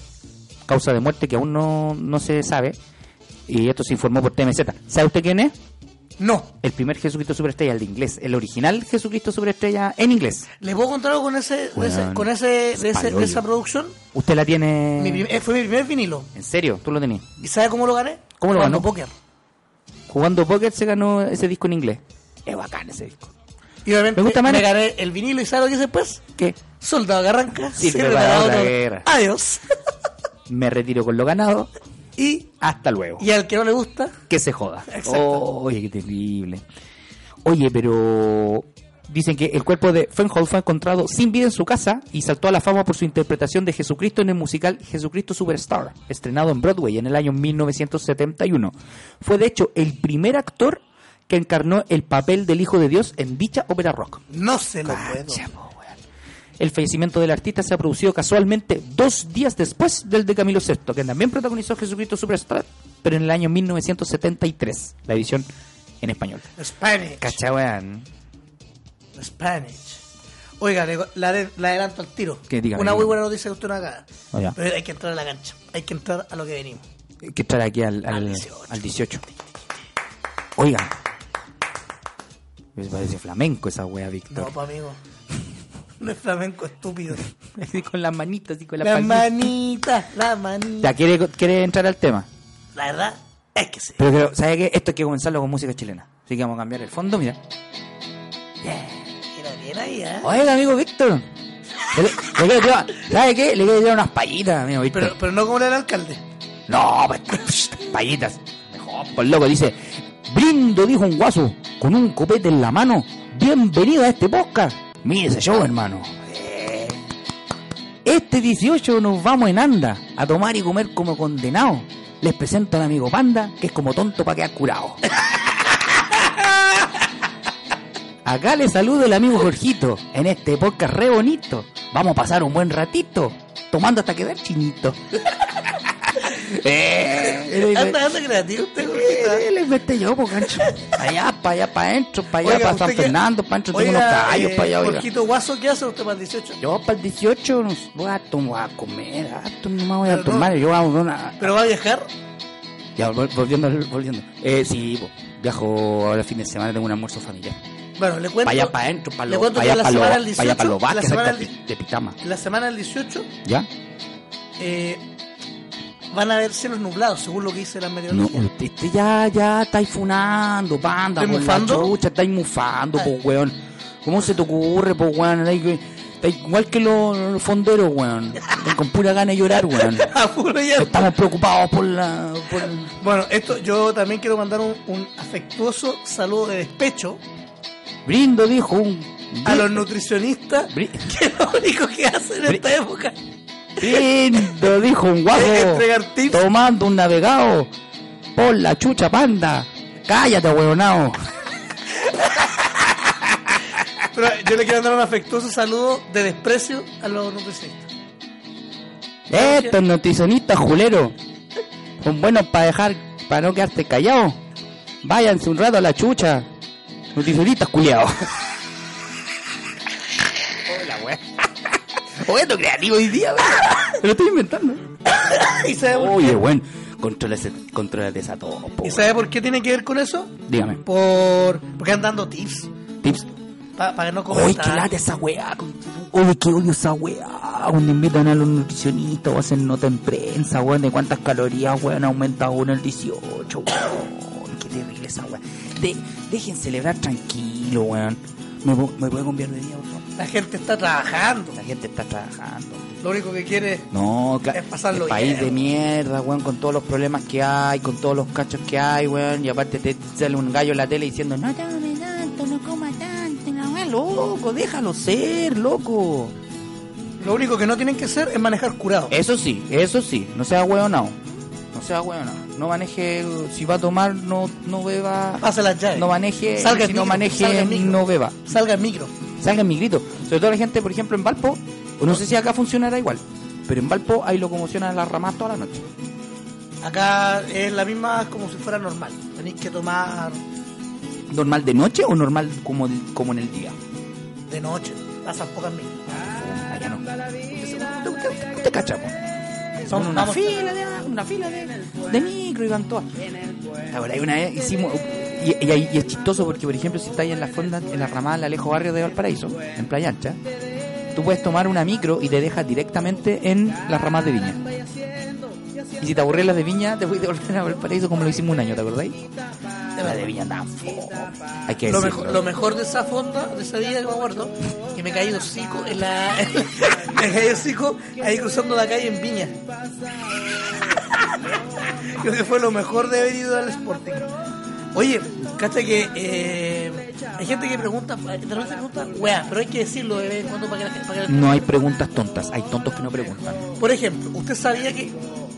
Speaker 2: Causa de muerte que aún no, no se sabe. Y esto se informó por TMZ. ¿Sabe usted quién es?
Speaker 4: No.
Speaker 2: El primer Jesucristo Superestrella, el de inglés. El original Jesucristo Superestrella en inglés.
Speaker 4: ¿Les puedo contar algo con ese, de ese-
Speaker 2: Weón,
Speaker 4: con ese, de, ese- de
Speaker 2: palollo.
Speaker 4: esa producción?
Speaker 2: ¿Usted la tiene...?
Speaker 4: Mi prim- eh, fue mi primer vinilo.
Speaker 2: ¿En serio? ¿Tú lo tenías?
Speaker 4: ¿Y sabe cómo lo gané?
Speaker 2: ¿Cómo lo
Speaker 4: Jugando
Speaker 2: ganó?
Speaker 4: póker.
Speaker 2: Jugando Pocket se ganó ese disco en inglés. Es bacán ese disco.
Speaker 4: Y obviamente
Speaker 2: Me gusta más-
Speaker 4: me gané el vinilo y ¿sabe lo que hice después?
Speaker 2: ¿Qué?
Speaker 4: Soldado que arranca,
Speaker 2: Sirve
Speaker 4: sirve
Speaker 2: para
Speaker 4: para
Speaker 2: otra
Speaker 4: otro.
Speaker 2: guerra.
Speaker 4: Adiós.
Speaker 2: Me retiro con lo ganado.
Speaker 4: y,
Speaker 2: Hasta luego.
Speaker 4: y al que no le gusta,
Speaker 2: que se joda.
Speaker 4: Exacto.
Speaker 2: oye, qué terrible. Oye, pero dicen que el cuerpo de Fenhold fue encontrado sin vida en su casa y saltó a la fama por su interpretación de Jesucristo en el musical Jesucristo Superstar, estrenado en Broadway en el año 1971. Fue de hecho el primer actor que encarnó el papel del Hijo de Dios en dicha ópera rock.
Speaker 4: no se lo puedo.
Speaker 2: Cacha, Ah, po, weón. el fallecimiento del artista se ha producido casualmente dos días después del de Camilo VI, que también protagonizó Jesucristo Superstar, pero en el año 1973, la edición en español.
Speaker 4: Spanish.
Speaker 2: Cacha, weón.
Speaker 4: Spanish. Oiga, le, la, de- la adelanto al tiro.
Speaker 2: Que diga,
Speaker 4: Una
Speaker 2: diga.
Speaker 4: muy buena noticia que usted no acaba.
Speaker 2: Oiga.
Speaker 4: Pero hay que entrar a la cancha. Hay que entrar a lo que venimos.
Speaker 2: Hay que estar aquí al, al,
Speaker 4: Al
Speaker 2: al 18.
Speaker 4: 18.
Speaker 2: Oiga. Pues parece flamenco esa wea,
Speaker 4: No,
Speaker 2: Víctor.
Speaker 4: pues amigo. No es flamenco estúpido.
Speaker 2: Así con las manitas y con
Speaker 4: La,
Speaker 2: palmita.
Speaker 4: manita, la manita.
Speaker 2: Ya, ¿quiere, quiere entrar al tema.
Speaker 4: La verdad es que sí.
Speaker 2: Pero creo, ¿sabe qué? Esto hay que comenzarlo con música chilena. Así que vamos a cambiar el fondo, mira.
Speaker 4: Mira, bien ahí, ¿eh?
Speaker 2: Oiga, amigo Víctor. Le, le quiero tirar- ¿Sabe qué? Le quiero tirar unas payitas, amigo Víctor.
Speaker 4: Pero, pero no como el alcalde.
Speaker 2: No, pues, payitas. Mejor, pues loco, dice. Brindo, dijo un guaso, con un copete en la mano. Bienvenido a este podcast. Mire ese show, hermano. Eh. Este 18 nos vamos en anda a tomar y comer como condenados. Les presento al amigo Panda, que es como tonto para quedar curado. Acá le saludo el amigo Jorgito en este podcast re bonito. Vamos a pasar un buen ratito tomando hasta quedar chinito. Eh, él es-
Speaker 4: Anda, anda creativo usted, Jorgito, ¿eh?
Speaker 2: él es vete yo, po, gancho. Allá, para allá, para adentro, para allá,
Speaker 4: Oiga,
Speaker 2: para San
Speaker 4: usted que-
Speaker 2: Fernando, para adentro, tengo unos
Speaker 4: Oiga,
Speaker 2: callos,
Speaker 4: eh,
Speaker 2: para allá, oiga.
Speaker 4: Jorgito Guaso, ¿qué hace usted para el 18?
Speaker 2: Yo para el 18 nos voy a, tom- voy a comer, harto, no me voy a
Speaker 4: Pero no-
Speaker 2: tomar, yo voy a una,
Speaker 4: ¿Pero va a viajar?
Speaker 2: Ya, vol- volviendo, al- volviendo. Eh, sí, po, viajo ahora fin de semana, tengo un almuerzo familiar.
Speaker 4: Bueno, le cuento.
Speaker 2: Para allá, para adentro, para
Speaker 4: le
Speaker 2: los
Speaker 4: cuento
Speaker 2: para
Speaker 4: que
Speaker 2: allá,
Speaker 4: la
Speaker 2: para los
Speaker 4: semana del
Speaker 2: para allá, para
Speaker 4: 18,
Speaker 2: los barcos,
Speaker 4: la semana
Speaker 2: cerca
Speaker 4: del-
Speaker 2: de, de Pitama.
Speaker 4: La semana del 18
Speaker 2: ¿Ya?
Speaker 4: eh, van a haber cielos nublados, según lo que dice la
Speaker 2: No,
Speaker 4: meteorología.
Speaker 2: usted usted ya, ya estáis funando, panda,
Speaker 4: ¿Estoy
Speaker 2: por la
Speaker 4: mufando?
Speaker 2: chucha, estáis mufando,
Speaker 4: Ah.
Speaker 2: po, weón. ¿Cómo se te ocurre, po, weón? Estáis- estáis igual que los, los fonderos, weón. Estáis con pura gana de llorar, weón.
Speaker 4: Ah, puro ya.
Speaker 2: Estamos preocupados por la... Por...
Speaker 4: Bueno, esto yo también quiero mandar un, un afectuoso saludo de despecho
Speaker 2: Brindo, dijo un...
Speaker 4: a los nutricionistas
Speaker 2: Bri-
Speaker 4: que lo único que hacen en
Speaker 2: Bri-
Speaker 4: esta época.
Speaker 2: Brindo, dijo un guapo.
Speaker 4: Entregar tips.
Speaker 2: Tomando un navegado. Por la chucha, panda. Cállate, weonao.
Speaker 4: Pero yo le quiero mandar un afectuoso saludo de desprecio a los nutricionistas.
Speaker 2: Estos noticionistas juleros son buenos para dejar, para no quedarte callado. Váyanse un rato a la chucha. Nutricionistas culiados. Hola, weón. Bueno, creativo hoy día, weón. Me lo estoy inventando.
Speaker 4: ¿Y sabe, por-
Speaker 2: Oye, weón. Controlate, controlate esa todo, po,
Speaker 4: ¿Y
Speaker 2: weón.
Speaker 4: sabe por qué tiene que ver con eso?
Speaker 2: Dígame.
Speaker 4: Por, porque andan dando tips
Speaker 2: Tips.
Speaker 4: para que no comer
Speaker 2: Oye,
Speaker 4: tanto.
Speaker 2: qué lata esa weá. con- Oye, qué odio esa weá. Cuando invitan a los nutricionistas o hacen nota en prensa, weón, de cuántas calorías, weón, aumenta uno el 18, weón. Qué terrible esa weá. De- dejen celebrar tranquilo, weón. ¿Me, pu- ¿Me puede cambiar de día, por favor?
Speaker 4: La gente está trabajando.
Speaker 2: La gente está trabajando.
Speaker 4: Lo único que quiere es
Speaker 2: No, claro.
Speaker 4: Es pasarlo
Speaker 2: el país
Speaker 4: bien.
Speaker 2: de mierda, weón, con todos los problemas que hay, con todos los cachos que hay, weón. Y aparte te sale un gallo en la tele diciendo, no tome tanto, no coma tanto, la weá, loco, déjalo ser, loco.
Speaker 4: Lo único que no tienen que hacer es manejar curado.
Speaker 2: Eso sí, eso sí, no sea hueonado. No sea hueonado. No maneje, si va a tomar, no, no beba.
Speaker 4: Pasa las llaves.
Speaker 2: No maneje,
Speaker 4: Salga en
Speaker 2: si no
Speaker 4: micro, salga
Speaker 2: maneje,
Speaker 4: en micro.
Speaker 2: no beba.
Speaker 4: Salga el micro.
Speaker 2: Salga en mi grito. Sobre todo la gente, por ejemplo, en Valpo, o no sé si acá funcionará igual, pero en Valpo hay locomoción a las ramas toda la noche.
Speaker 4: Acá es la misma como si fuera normal. Tenéis que tomar
Speaker 2: ¿Normal de noche o normal como, como en el día?
Speaker 4: de noche. Pasan pocas micros.
Speaker 2: Allá no. Usted- usted- usted cacha, po. Son una
Speaker 4: Vamos.
Speaker 2: fila de, una fila de, de micro y van todas. Ahora, hay una vez hicimos. Y, y ahí- y es chistoso porque, por ejemplo, si estáis en la fonda, en la ramada del Alejo Barrio de Valparaíso, en Playa Ancha, tú puedes tomar una micro y te deja directamente en las ramas de viña. Y si te aburres las de viña, te voy a devolver a Valparaíso como lo hicimos un año, ¿te acordáis? La de viña andaban fome. Hay que
Speaker 4: Lo
Speaker 2: decirlo.
Speaker 4: mejor, lo mejor de esa fonda, de esa día que me acuerdo, que me caí de hocico en la. me caí de hocico ahí cruzando la calle en Viña. Creo que fue lo mejor de haber ido al Sporting. Oye, cacha que eh, hay gente que pregunta, de repente pregunta, weá, pero hay que decirlo de vez en cuando para que la gente. para que la-
Speaker 2: No hay preguntas tontas, hay tontos que no preguntan.
Speaker 4: Por ejemplo, usted sabía que.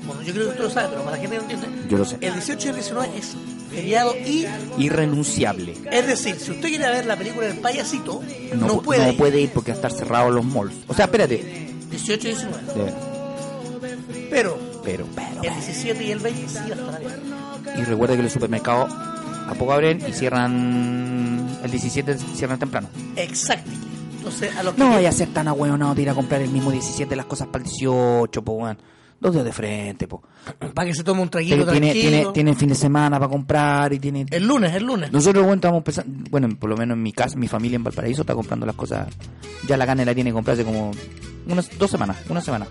Speaker 4: Bueno, yo creo que usted lo sabe, pero para la gente que no entiende.
Speaker 2: Yo lo sé.
Speaker 4: El 18 y el 19 es feriado y...
Speaker 2: Irrenunciable.
Speaker 4: Es decir, si usted quiere ver la película del payasito, no,
Speaker 2: No, pu-
Speaker 4: puede.
Speaker 2: no
Speaker 4: ir.
Speaker 2: puede ir porque va a estar cerrado los malls. O sea, espérate.
Speaker 4: 18 y 19.
Speaker 2: Eh,
Speaker 4: Pero
Speaker 2: Pero, pero,
Speaker 4: el 17 y el 20 sí hasta la vez.
Speaker 2: Y recuerde que los supermercados a poco abren y cierran el 17, cierran temprano.
Speaker 4: Exacto. Entonces, a los que...
Speaker 2: No vaya a ser tan ahueonado de ir a comprar el mismo 17 las cosas para el 18, po, weón. Dos días de frente, po.
Speaker 4: Para que se tome un traguito
Speaker 2: Tiene, tiene,
Speaker 4: tranquilo.
Speaker 2: tiene, tiene fin de semana para comprar y tiene...
Speaker 4: El lunes, el lunes.
Speaker 2: Nosotros, bueno, estamos pensando... Bueno, por lo menos en mi casa, mi familia en Valparaíso está comprando las cosas... Ya la carne la tiene que comprarse como... Unas dos semanas, una semana.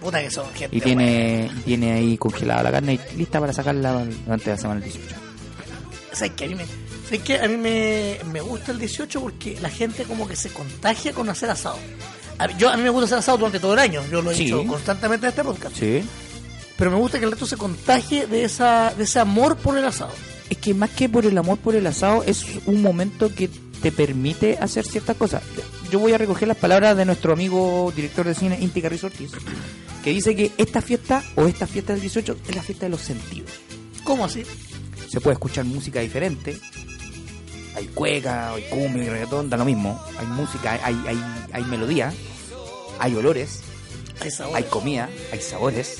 Speaker 4: Puta que son gente.
Speaker 2: Y tiene, tiene ahí congelada la carne y lista para sacarla durante la semana del 18.
Speaker 4: buena. ¿Sabes qué? A mí, me, ¿sabes qué? A mí me, me gusta el 18 porque la gente como que se contagia con hacer asado. A mí, yo, a mí me gusta hacer asado durante todo el año. Yo lo he
Speaker 2: Sí.
Speaker 4: dicho constantemente en este podcast.
Speaker 2: Sí.
Speaker 4: Pero me gusta que el resto se contagie de, esa, de ese amor por el asado.
Speaker 2: Es que más que por el amor por el asado, es un momento que te permite hacer ciertas cosas. Yo voy a recoger las palabras de nuestro amigo director de cine, Inti Carrizo Ortiz, que dice que esta fiesta o esta fiesta del 18 es la fiesta de los sentidos.
Speaker 4: ¿Cómo así?
Speaker 2: Se puede escuchar música diferente. Hay cueca, hay cumbia, hay reggaetón, da lo mismo. Hay música, hay, hay, hay melodía, hay olores,
Speaker 4: Hay sabor.
Speaker 2: hay comida, hay sabores,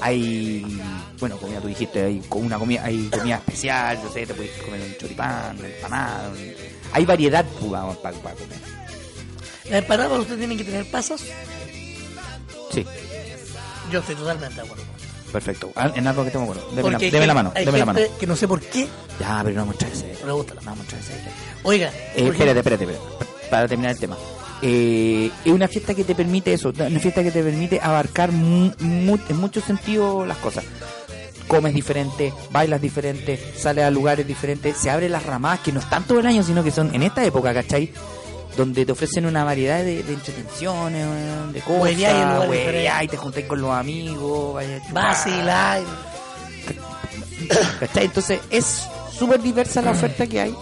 Speaker 2: hay bueno comida tú dijiste, hay co- una comida, hay comida especial, no sé, te puedes comer un choripán, una empanada, un- hay variedad pues, para comer.
Speaker 4: Las empanadas ustedes tienen que tener pasas.
Speaker 2: Sí,
Speaker 4: Yo estoy totalmente de acuerdo. con eso.
Speaker 2: perfecto. Ah, En algo que te me acuerdo. Deme, la,
Speaker 4: Porque hay
Speaker 2: deme la
Speaker 4: gente-
Speaker 2: mano,
Speaker 4: hay
Speaker 2: deme la mano.
Speaker 4: gente que no sé por qué
Speaker 2: Ya, pero no muchas veces.
Speaker 4: le gusta la
Speaker 2: No muchas veces.
Speaker 4: Oiga,
Speaker 2: Eh,
Speaker 4: por
Speaker 2: espérate,
Speaker 4: ejemplo,
Speaker 2: espérate, espérate, para terminar el tema. Eh, es una fiesta que te permite eso, una fiesta que te permite abarcar mu- mu- en muchos sentidos las cosas. Comes diferente, bailas diferente, sales a lugares diferentes, se abren las ramadas que no están todo el año, sino que son en esta época, ¿cachai? Donde te ofrecen una variedad de, de entretenciones, weón, de cosas,
Speaker 4: Hueveáis en lugares
Speaker 2: hueveáis,
Speaker 4: diferentes.
Speaker 2: te juntáis con los amigos, vaya a chupar.
Speaker 4: vacilar.
Speaker 2: ¿Cachai? Entonces es súper diversa la oferta que hay.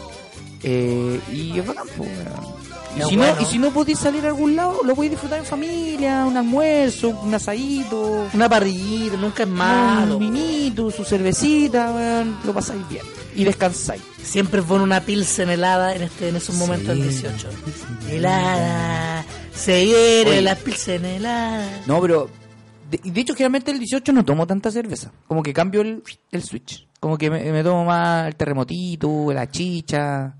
Speaker 2: Eh, y es bacán, po, weón. y
Speaker 4: Es
Speaker 2: si,
Speaker 4: bueno.
Speaker 2: no, y si no podéis salir a algún lado, lo podéis disfrutar en familia, un almuerzo, un asadito,
Speaker 4: Una parrillita, nunca es
Speaker 2: un
Speaker 4: malo.
Speaker 2: Mm, vinito, su cervecita, weón, lo pasáis bien. Y descansáis.
Speaker 4: Siempre es bueno una pilsen helada en este en esos momentos del
Speaker 2: Sí.
Speaker 4: 18. Helada, se hiere
Speaker 2: Oye.
Speaker 4: la pilsen helada.
Speaker 2: No, pero de, de hecho, generalmente el 18 no tomo tanta cerveza. Como que cambio el, el switch. Como que me, me tomo más el terremotito, la chicha.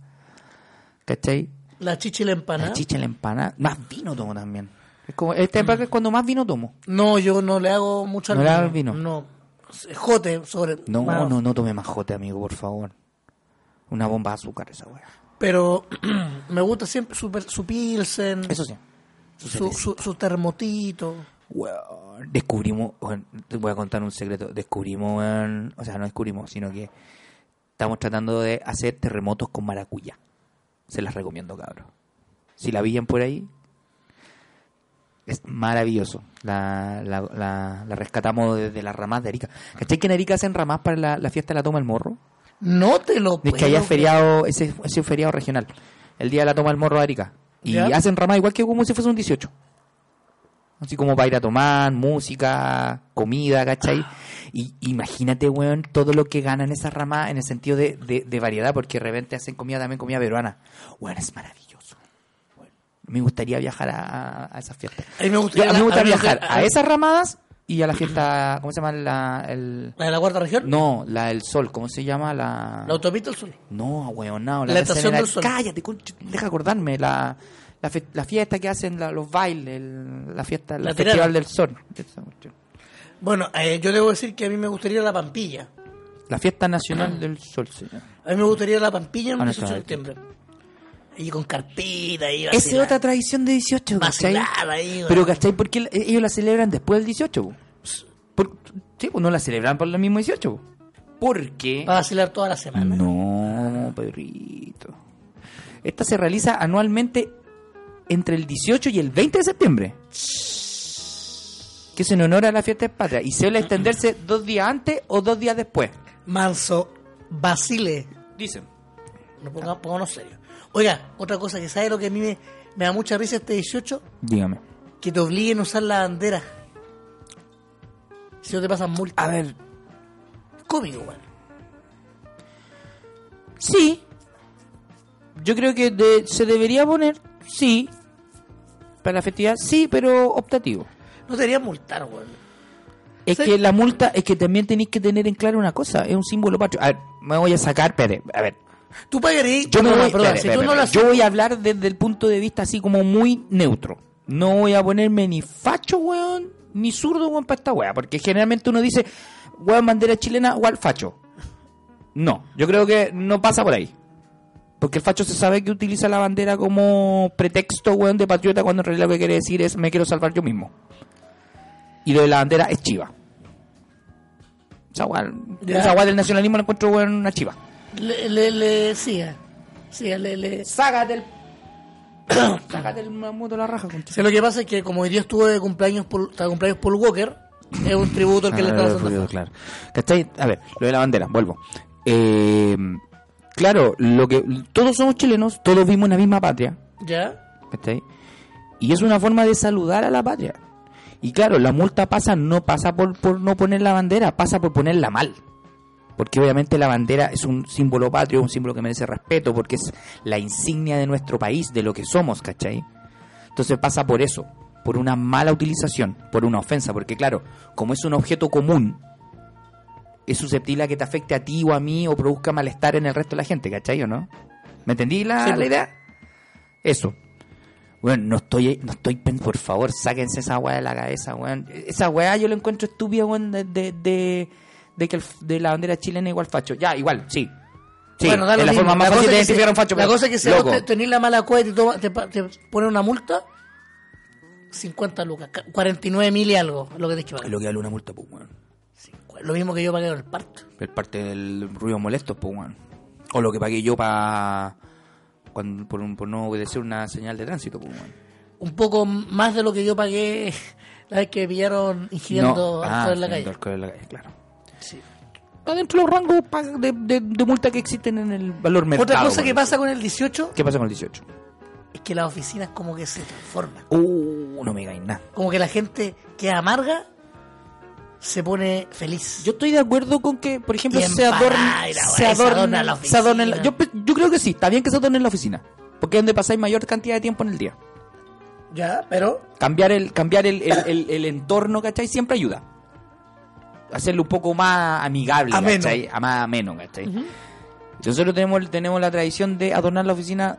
Speaker 2: ¿Cachai?
Speaker 4: La chicha y la
Speaker 2: La
Speaker 4: empanada.
Speaker 2: chicha, la empanada. Más vino tomo también. ¿Ah? Mm. Es como, esta época es cuando más vino tomo.
Speaker 4: No, yo no le hago mucho al
Speaker 2: ¿No le hago al vino?
Speaker 4: No. Jote sobre.
Speaker 2: No,
Speaker 4: más.
Speaker 2: no, no tome más jote, amigo, por favor. Una bomba de azúcar esa weá.
Speaker 4: Pero me gusta siempre su, per- su pilsen,
Speaker 2: Eso sí.
Speaker 4: su, su, su termotito.
Speaker 2: Weón, descubrimos, weón, te voy a contar un secreto. Descubrimos, weón, o sea, no descubrimos, sino que estamos tratando de hacer terremotos con maracuyá. Se las recomiendo, cabros. Si la pillan por ahí, es maravilloso. La, la, la- la rescatamos desde las ramas de Arica. ¿Cachai que en Arica hacen ramas para la, la fiesta de la toma del morro?
Speaker 4: No te lo
Speaker 2: Es que allá es
Speaker 4: puedo
Speaker 2: feriado, ese, ese es feriado regional. El día de la toma del morro de Arica. Y
Speaker 4: ¿Ya?
Speaker 2: hacen ramada igual que como si fuese un 18. Así como para ir a tomar, música, comida, ¿cachai? Y imagínate, weón, todo lo que ganan esas ramas en el sentido de, de- de variedad, porque de repente hacen comida también, comida peruana. Weón, es maravilloso. Weón, me gustaría viajar a, a esas fiestas.
Speaker 4: A mí Eh, me
Speaker 2: Yo-
Speaker 4: gustaría,
Speaker 2: a mí me gusta
Speaker 4: a mí me
Speaker 2: viajar
Speaker 4: gustaría-
Speaker 2: a esas ramadas y a la fiesta, ¿cómo se llama? La, el,
Speaker 4: ¿La de la cuarta región?
Speaker 2: no, la del sol, ¿cómo se llama? La...
Speaker 4: La autopista del sol.
Speaker 2: No, weonado.
Speaker 4: La estación del sol.
Speaker 2: Cállate, conche, deja acordarme. La, la, fe- la fiesta que hacen, la- los bailes, el- la fiesta, el
Speaker 4: La
Speaker 2: Festival
Speaker 4: tirana.
Speaker 2: del Sol. Esa cuestión.
Speaker 4: Bueno, eh, yo debo decir que a mí me gustaría la pampilla.
Speaker 2: La fiesta
Speaker 4: Ah.
Speaker 2: nacional del Sol, señor.
Speaker 4: A mí me gustaría la pampilla en
Speaker 2: Ah,
Speaker 4: el
Speaker 2: no,
Speaker 4: 18 de
Speaker 2: está
Speaker 4: septiembre. Y con carpita y
Speaker 2: Esa es
Speaker 4: vacilar.
Speaker 2: otra tradición de 18, ¿cachai?
Speaker 4: Vacilar ahí,
Speaker 2: Pero,
Speaker 4: weón.
Speaker 2: ¿cachai? ¿Por qué la- eh, ellos la celebran después del 18? po? Por- sí, pues no la celebran por el mismo 18. po. Porque...
Speaker 4: Va a vacilar toda la semana.
Speaker 2: No, perrito. Esta se realiza anualmente entre el 18 y el 20 de septiembre. Que es en honor a la fiesta de patria. Y suele extenderse dos días antes o dos días después.
Speaker 4: Manso, vacile.
Speaker 2: Dicen.
Speaker 4: No ponga-
Speaker 2: Ah.
Speaker 4: pongámonos serios. Oiga, otra cosa que sabe lo que a mí me, me da mucha risa este 18,
Speaker 2: Dígame.
Speaker 4: que te obliguen a usar la bandera. Si no te pasan multa.
Speaker 2: A ver,
Speaker 4: Cómico, weón.
Speaker 2: Sí. Yo creo que de- se debería poner, sí. Para la festividad, sí, pero optativo.
Speaker 4: No deberían multar, weón.
Speaker 2: Es
Speaker 4: Sí.
Speaker 2: que la multa, es que también tenéis que tener en claro una cosa, es un símbolo patrio. A ver, me voy a sacar, espere, a ver.
Speaker 4: Tú pagarías.
Speaker 2: Yo, me
Speaker 4: no,
Speaker 2: voy,
Speaker 4: no, perdón,
Speaker 2: espere,
Speaker 4: si
Speaker 2: espere,
Speaker 4: tú no lo
Speaker 2: espere. Yo voy a hablar desde el punto de vista así como muy neutro. No voy a ponerme ni facho, weón, ni zurdo, weón, para esta weá. Porque generalmente uno dice, weón, bandera chilena, igual facho. No, yo creo que no pasa por ahí. Porque el facho se sabe que utiliza la bandera como pretexto, weón, de patriota, cuando en realidad lo que quiere decir es me quiero salvar yo mismo. Y lo de la bandera es chiva. Esa weá,
Speaker 4: Ya.
Speaker 2: esa weá del nacionalismo la encuentro, weón, una chiva.
Speaker 4: Le, le, le, siga. Siga, le, le.
Speaker 2: Sácate el. Sácate el mamuto la raja, concha.
Speaker 4: Sí, lo que pasa es que como hoy día estuvo de cumpleaños por, de cumpleaños Paul Walker, es un tributo al que le
Speaker 6: Ah,
Speaker 4: estaba
Speaker 6: lo
Speaker 4: haciendo.
Speaker 6: ruido, claro. ¿Cachai? A ver, lo de la bandera, vuelvo. Eh, claro, lo que todos somos chilenos, todos vivimos en la misma patria,
Speaker 4: ¿Ya?
Speaker 6: ¿cachai?
Speaker 2: Y es una forma de saludar a la patria. Y claro, la multa pasa, no pasa por, por no poner la bandera, pasa por ponerla mal. Porque obviamente la bandera es un símbolo patrio, un símbolo que merece respeto, porque es la insignia de nuestro país, de lo que somos, ¿cachai? Entonces pasa por eso, por una mala utilización, por una ofensa, porque claro, como es un objeto común, es susceptible a que te afecte a ti o a mí o produzca malestar en el resto de la gente, ¿cachai o no? ¿Me entendí la,
Speaker 4: Sí,
Speaker 2: la
Speaker 4: pues.
Speaker 2: idea? Eso. Bueno, no estoy, no estoy, pen- por favor, sáquense esa weá de la cabeza, weón. Esa weá yo la encuentro estúpida, weón, de, de, de, de que el f- de la bandera chilena igual facho. Ya, igual, sí. Sí,
Speaker 4: bueno, da lo
Speaker 2: es la
Speaker 4: mismo.
Speaker 2: forma más
Speaker 4: cosa
Speaker 2: fácil de
Speaker 4: que se-
Speaker 2: identificar a un facho.
Speaker 4: La
Speaker 2: pero-
Speaker 4: cosa es que si vos
Speaker 2: Loco.
Speaker 4: te- tenés la mala cueva y te, toma, te, pa- te pone una multa, 50 lucas, ca- 49 mil y algo, lo que te que
Speaker 6: Lo que vale una multa, pues, weón.
Speaker 4: Lo mismo que yo pagué en el parto.
Speaker 6: El parte del ruido molesto, pues, weón. O lo que pagué yo para. Por, un- por no obedecer una señal de tránsito, pues, weón.
Speaker 4: Un poco más de lo que yo pagué la vez que pillaron ingiriendo
Speaker 6: No.
Speaker 4: alcohol
Speaker 6: Ah,
Speaker 4: en la
Speaker 6: ingiriendo alcohol
Speaker 4: calle.
Speaker 6: en la calle, claro.
Speaker 2: Está dentro de los rangos pa- de, de- de multa que existen en el valor mercado.
Speaker 4: Otra cosa
Speaker 2: por
Speaker 4: que
Speaker 2: decir.
Speaker 4: pasa con el 18
Speaker 6: ¿Qué pasa con el 18?
Speaker 4: es que las oficinas como que se transforman.
Speaker 6: Uh, no me cae nada.
Speaker 4: Como que la gente que amarga se pone feliz.
Speaker 2: Yo estoy de acuerdo con que, por ejemplo,
Speaker 4: Y
Speaker 2: se adorna,
Speaker 4: empanada,
Speaker 2: se
Speaker 4: güey, se
Speaker 2: adorna,
Speaker 4: adorna la
Speaker 2: se adorna la- yo,
Speaker 4: oficina.
Speaker 2: pe- yo creo que sí, está bien que se adorne en la oficina, porque es donde pasáis mayor cantidad de tiempo en el día.
Speaker 4: ya, pero
Speaker 2: Cambiar el, cambiar el, el, el- el entorno, ¿cachai? Siempre ayuda. Hacerlo un poco más amigable,
Speaker 4: Ameno.
Speaker 2: ¿cachai? A más ameno, ¿cachai? Nosotros tenemos, tenemos la tradición de adornar la oficina.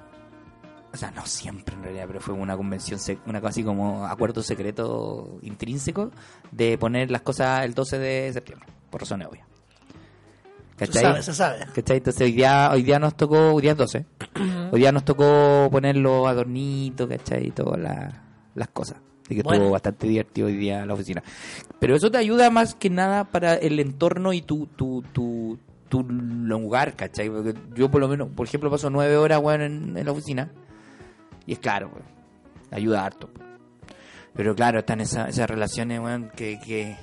Speaker 2: O sea, no siempre en realidad, pero fue una convención, sec- una cosa así como acuerdo secreto intrínseco de poner las cosas el 12 de septiembre, por razones obvias.
Speaker 4: se
Speaker 2: ¿Cachai?
Speaker 4: sabe, se sabe.
Speaker 2: ¿Cachai? Entonces hoy día, hoy día nos tocó, hoy día es 12. Hoy día nos tocó poner los adornitos, ¿cachai? Y todas la- las cosas. Así que
Speaker 4: Bueno.
Speaker 2: estuvo bastante divertido hoy día la oficina. Pero eso te ayuda más que nada para el entorno y tu, tu, tu, tu lugar, ¿cachai? Porque yo por lo menos, por ejemplo, paso nueve horas, weón, en, en la oficina. Y es claro, weón, ayuda harto. pues. Pero claro, están esa- esas relaciones, weón, que... que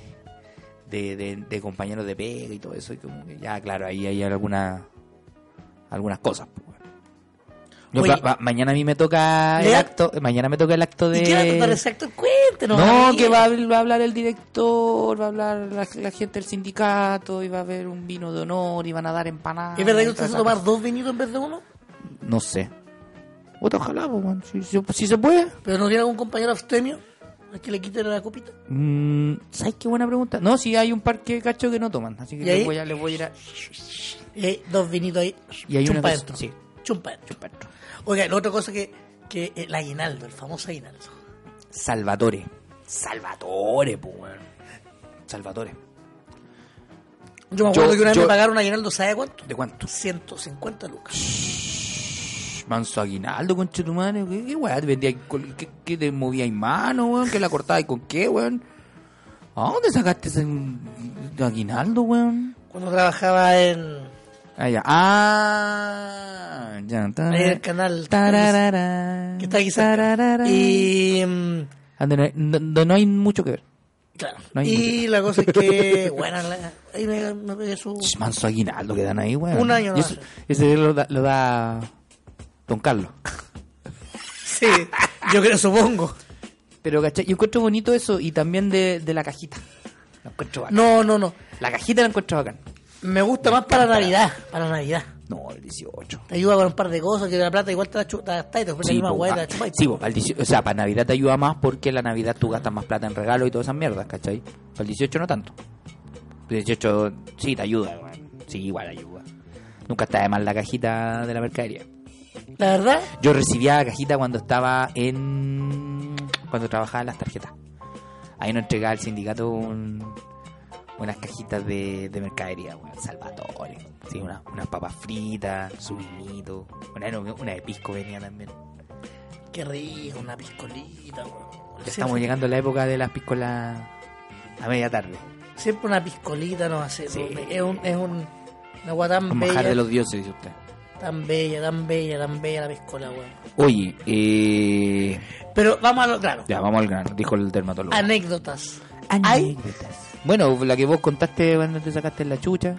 Speaker 2: de, de, de compañeros de pega y todo eso. Y como que ya, claro, ahí hay alguna, algunas cosas. pues, weón. No,
Speaker 4: Oye.
Speaker 2: pa- pa- mañana a mí me toca el
Speaker 4: Lea-
Speaker 2: acto, eh, mañana me toca el acto de...
Speaker 4: ¿Y qué va a tratar exacto? Cuéntenos.
Speaker 2: No,
Speaker 4: amigo.
Speaker 2: que va a, habl- va a hablar el director, va a hablar la, la gente del sindicato, y va a haber un vino de honor, y van a dar empanadas.
Speaker 4: ¿Es verdad
Speaker 2: y
Speaker 4: que usted
Speaker 2: todas
Speaker 4: se
Speaker 2: esas
Speaker 4: va a tomar
Speaker 2: cosas.
Speaker 4: dos vinitos en vez de uno?
Speaker 2: No sé. Puta, ojalá, pues, weón, si, si- si se puede.
Speaker 4: ¿Pero no tiene algún compañero abstemio? ¿A que le quiten la copita?
Speaker 2: Mm, ¿Sabes qué buena pregunta? No, si hay un par que cacho que no toman, así que
Speaker 4: ¿Y
Speaker 2: les
Speaker 4: ahí?
Speaker 2: voy, a, les voy a ir a...
Speaker 4: Y hay dos vinitos ahí.
Speaker 2: Y hay una
Speaker 4: chumpa
Speaker 2: que-
Speaker 4: dentro.
Speaker 2: sí.
Speaker 4: Chumpa dentro. Oiga, la otra cosa que... que eh, el aguinaldo, el famoso aguinaldo.
Speaker 6: Salvatore. Salvatore, pues, weón. Salvatore.
Speaker 4: Yo me
Speaker 6: Yo-
Speaker 4: acuerdo que una vez
Speaker 6: yo-
Speaker 4: me pagaron un aguinaldo, ¿sabe cuánto?
Speaker 6: ¿De cuánto?
Speaker 4: 150 lucas.
Speaker 6: Manso aguinaldo, concha tu madre. ¿Qué, qué weá te vendía? ¿Qué, qué, qué te movías mano, weón? ¿Qué la cortabas con qué, weón? ¿A dónde sacaste ese aguinaldo, weón?
Speaker 4: Cuando trabajaba en...
Speaker 6: Ah, ya. Ah, ya. ta-
Speaker 4: Ahí en el canal.
Speaker 6: Tararara.
Speaker 4: Que está aquí cerca.
Speaker 6: Tararara.
Speaker 4: Y... mm,
Speaker 6: Ah, donde no hay- donde no hay mucho que ver.
Speaker 4: Claro.
Speaker 6: No hay
Speaker 4: y la cosa es que, bueno, la- ahí me, me pegué su...
Speaker 6: Ch, Manso aguinaldo que dan ahí, weón.
Speaker 4: Un año
Speaker 6: Y
Speaker 4: nomás.
Speaker 6: eso- Ese lo da, lo da Don Carlos.
Speaker 4: Sí, yo creo, supongo.
Speaker 2: Pero, ¿cachai? Yo encuentro bonito eso y también de, de la cajita. La encuentro bacán.
Speaker 4: No, no, no.
Speaker 2: La cajita la encuentro bacán.
Speaker 4: Me gusta más para Navidad, para Navidad.
Speaker 2: No, el 18.
Speaker 4: Te ayuda con un par de cosas, que la plata igual te la chupa, te la gastáis, te ofrecen
Speaker 2: Sí,
Speaker 4: la misma
Speaker 2: po,
Speaker 4: hueá,
Speaker 2: ah,
Speaker 4: te la chupáis.
Speaker 2: sí, po, para el 18 o sea, para Navidad te ayuda más porque la Navidad tú gastas más plata en regalos y todas esas mierdas, ¿cachai? Para el 18 no tanto. El 18 sí te ayuda, weón. sí, igual ayuda. Nunca está de más la cajita de la mercadería.
Speaker 4: La verdad,
Speaker 2: Yo recibía la cajita cuando estaba en. cuando trabajaba en las tarjetas. Ahí nos entregaba el sindicato un- unas cajitas de, de mercadería, weón, Salvatore. Sí, una- unas papas fritas, subinito. Una, una de pisco venía también.
Speaker 4: qué rico, una piscolita, weón.
Speaker 2: Ya
Speaker 4: Sí,
Speaker 2: estamos
Speaker 4: sí.
Speaker 2: llegando a la época de las piscolas a media tarde.
Speaker 4: Siempre una piscolita nos hace.
Speaker 2: Sí.
Speaker 4: Es, un, es un, una agua tan
Speaker 2: Un
Speaker 4: bella,
Speaker 2: manjar de los dioses, dice usted.
Speaker 4: tan bella, tan bella, tan bella la piscola, weón.
Speaker 2: Oye, eh,
Speaker 4: Pero vamos a lo claro.
Speaker 2: ya vamos al grano, dijo el dermatólogo.
Speaker 4: Ah, Anécdotas. Hay,
Speaker 2: Anécdotas. Bueno, la que vos contaste cuando te sacaste la chucha.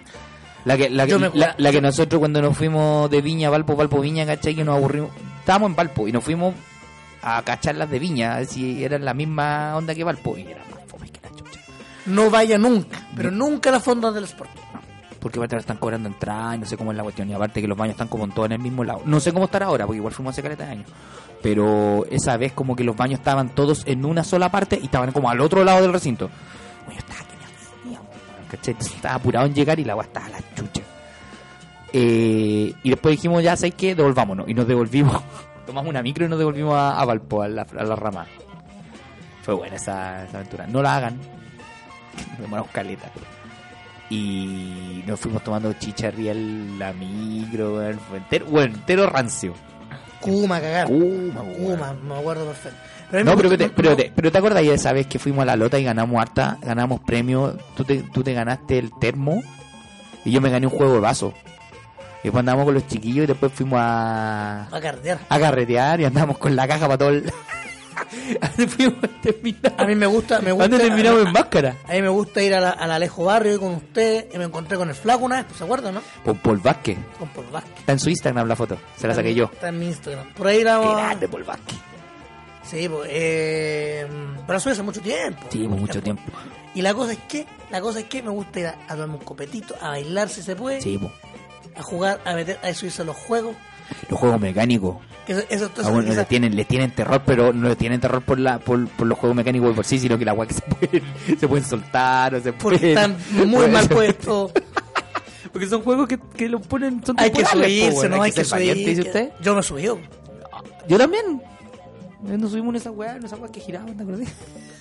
Speaker 2: La que, la que,
Speaker 4: Yo me-
Speaker 2: la- la que nosotros cuando nos fuimos de Viña, Valpo, Valpo, Viña, ¿cachai? Que nos aburrimos. Estábamos en Valpo y nos fuimos a cacharlas de Viña, a ver si eran la misma onda que Valpo. Y era más fome que la chucha.
Speaker 4: no vaya nunca, pero nunca a las fondas del sport.
Speaker 2: Porque aparte ahora están cobrando entradas, y no sé cómo es la cuestión. Y aparte que los baños están como en todo en el mismo lado. No sé cómo estar ahora, porque igual fuimos hace caleta de años. Pero esa vez como que los baños estaban todos en una sola parte y estaban como al otro lado del recinto. Bueno, yo estaba que me hacía, weón, ¿cachai? Entonces, Estaba apurado en llegar y la agua estaba a la chucha. Eh, y después dijimos, ya, ¿sabes qué? Devolvámonos. Y nos devolvimos. Tomamos una micro y nos devolvimos a, a Valpo, a la, a la rama. Fue buena esa, esa aventura. No la hagan. Demoramos caleta. Y nos fuimos tomando chicharría en la micro, weón. Fue entero, weón, entero rancio.
Speaker 4: Kuma, cagar.
Speaker 2: Kuma, weón.
Speaker 4: Kuma, me acuerdo perfecto. Pero a mí
Speaker 2: No,
Speaker 4: me
Speaker 2: pero
Speaker 4: gusta-
Speaker 2: te, pero, te, pero te acordás de esa vez que fuimos a la lota y ganamos harta, ganamos premio, tú te, tú te ganaste el termo y yo me gané un juego de vaso. Y después andamos con los chiquillos y después fuimos a,
Speaker 4: A cardear.
Speaker 2: a carretear y andamos con la caja para todo el... fuimos a terminar.
Speaker 4: A mí me gusta, me gusta.
Speaker 2: Antes terminamos en máscara.
Speaker 4: A mí me gusta ir a la, a la Alejo Barrio con usted. Y me encontré con el flaco una vez, pues, ¿se acuerdan, no?
Speaker 2: Con Paul Vázquez.
Speaker 4: Con Paul Vázquez.
Speaker 2: Está en su Instagram la foto. Se la
Speaker 4: Está
Speaker 2: saqué
Speaker 4: en-
Speaker 2: yo.
Speaker 4: Está en mi Instagram. Por ahí la
Speaker 2: Qué
Speaker 4: vamos.
Speaker 2: grande Paul Vázquez.
Speaker 4: Sí, pues, eh, pero eso hace mucho tiempo.
Speaker 2: Sí, por mucho tiempo.
Speaker 4: Y la cosa es que, la cosa es que me gusta ir a, a tomarme un copetito, a bailar si se puede,
Speaker 2: Sí, pues. po.
Speaker 4: a jugar, a meter, a subirse a los juegos.
Speaker 2: los juegos mecánicos.
Speaker 4: Que eso, eso,
Speaker 2: A
Speaker 4: eso-
Speaker 2: uno
Speaker 4: esa-
Speaker 2: les tienen, les tienen terror, pero no les tienen terror por la por, por los juegos mecánicos de por sí, sino que la agua que se pueden, se pueden soltar o se
Speaker 4: porque
Speaker 2: pueden-
Speaker 4: están muy mal
Speaker 2: se pueden-
Speaker 4: puestos.
Speaker 2: Porque son juegos que, que los ponen, son
Speaker 4: Hay que
Speaker 2: temporales, po,
Speaker 4: subirse,
Speaker 2: weón,
Speaker 4: no hay que
Speaker 2: ser valiente,
Speaker 4: subirse.
Speaker 2: dice usted.
Speaker 4: Yo me subí.
Speaker 2: Yo también. Nos subimos en esa weá, en esa weá que giraban, ¿te acordás?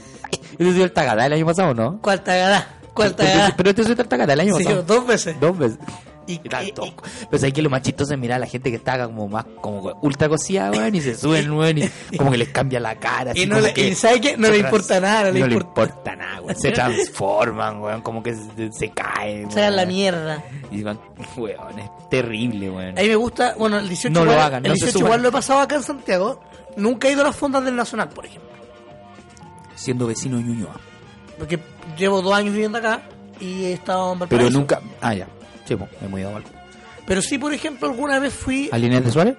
Speaker 2: Yo te subí al Tagada el año pasado, ¿no?
Speaker 4: ¿Cuál tagadá? ¿Cuál
Speaker 2: Pero- este,
Speaker 4: tagadá?
Speaker 2: Pero te subí al Tagada el año
Speaker 4: Sí,
Speaker 2: pasado.
Speaker 4: dos veces.
Speaker 2: Dos veces.
Speaker 4: Y-
Speaker 2: Y tanto.
Speaker 4: y- y-
Speaker 2: Pero hay que lo más chistoso es mirar a la gente que está como más, como ultra cosida, weón, y se suben, weón, y como que les cambia la cara.
Speaker 4: Y
Speaker 2: así
Speaker 4: no
Speaker 2: como
Speaker 4: le-
Speaker 2: que
Speaker 4: y ¿sabe qué? No
Speaker 2: se
Speaker 4: le
Speaker 2: trans-
Speaker 4: importa nada, no le importa.
Speaker 2: nada, weón. Se transforman, weón, como que se, se caen.
Speaker 4: O sea,
Speaker 2: weón.
Speaker 4: la mierda.
Speaker 2: Y van, weón, es terrible, weón.
Speaker 4: A mí me gusta, bueno, el 18
Speaker 2: No lo
Speaker 4: igual,
Speaker 2: hagan,
Speaker 4: el
Speaker 2: no se
Speaker 4: 18
Speaker 2: suban.
Speaker 4: igual lo he pasado acá en Santiago. Nunca he ido a las fondas del Nacional, por ejemplo.
Speaker 2: Siendo vecino de Ñuñoa.
Speaker 4: Porque llevo dos años viviendo acá y he estado en
Speaker 2: Pero
Speaker 4: Valparaíso.
Speaker 2: nunca. Ah, ya. Sí, pues, me he mudado al.
Speaker 4: Pero sí, por ejemplo, alguna vez fui
Speaker 2: ¿Al Inés de Suárez?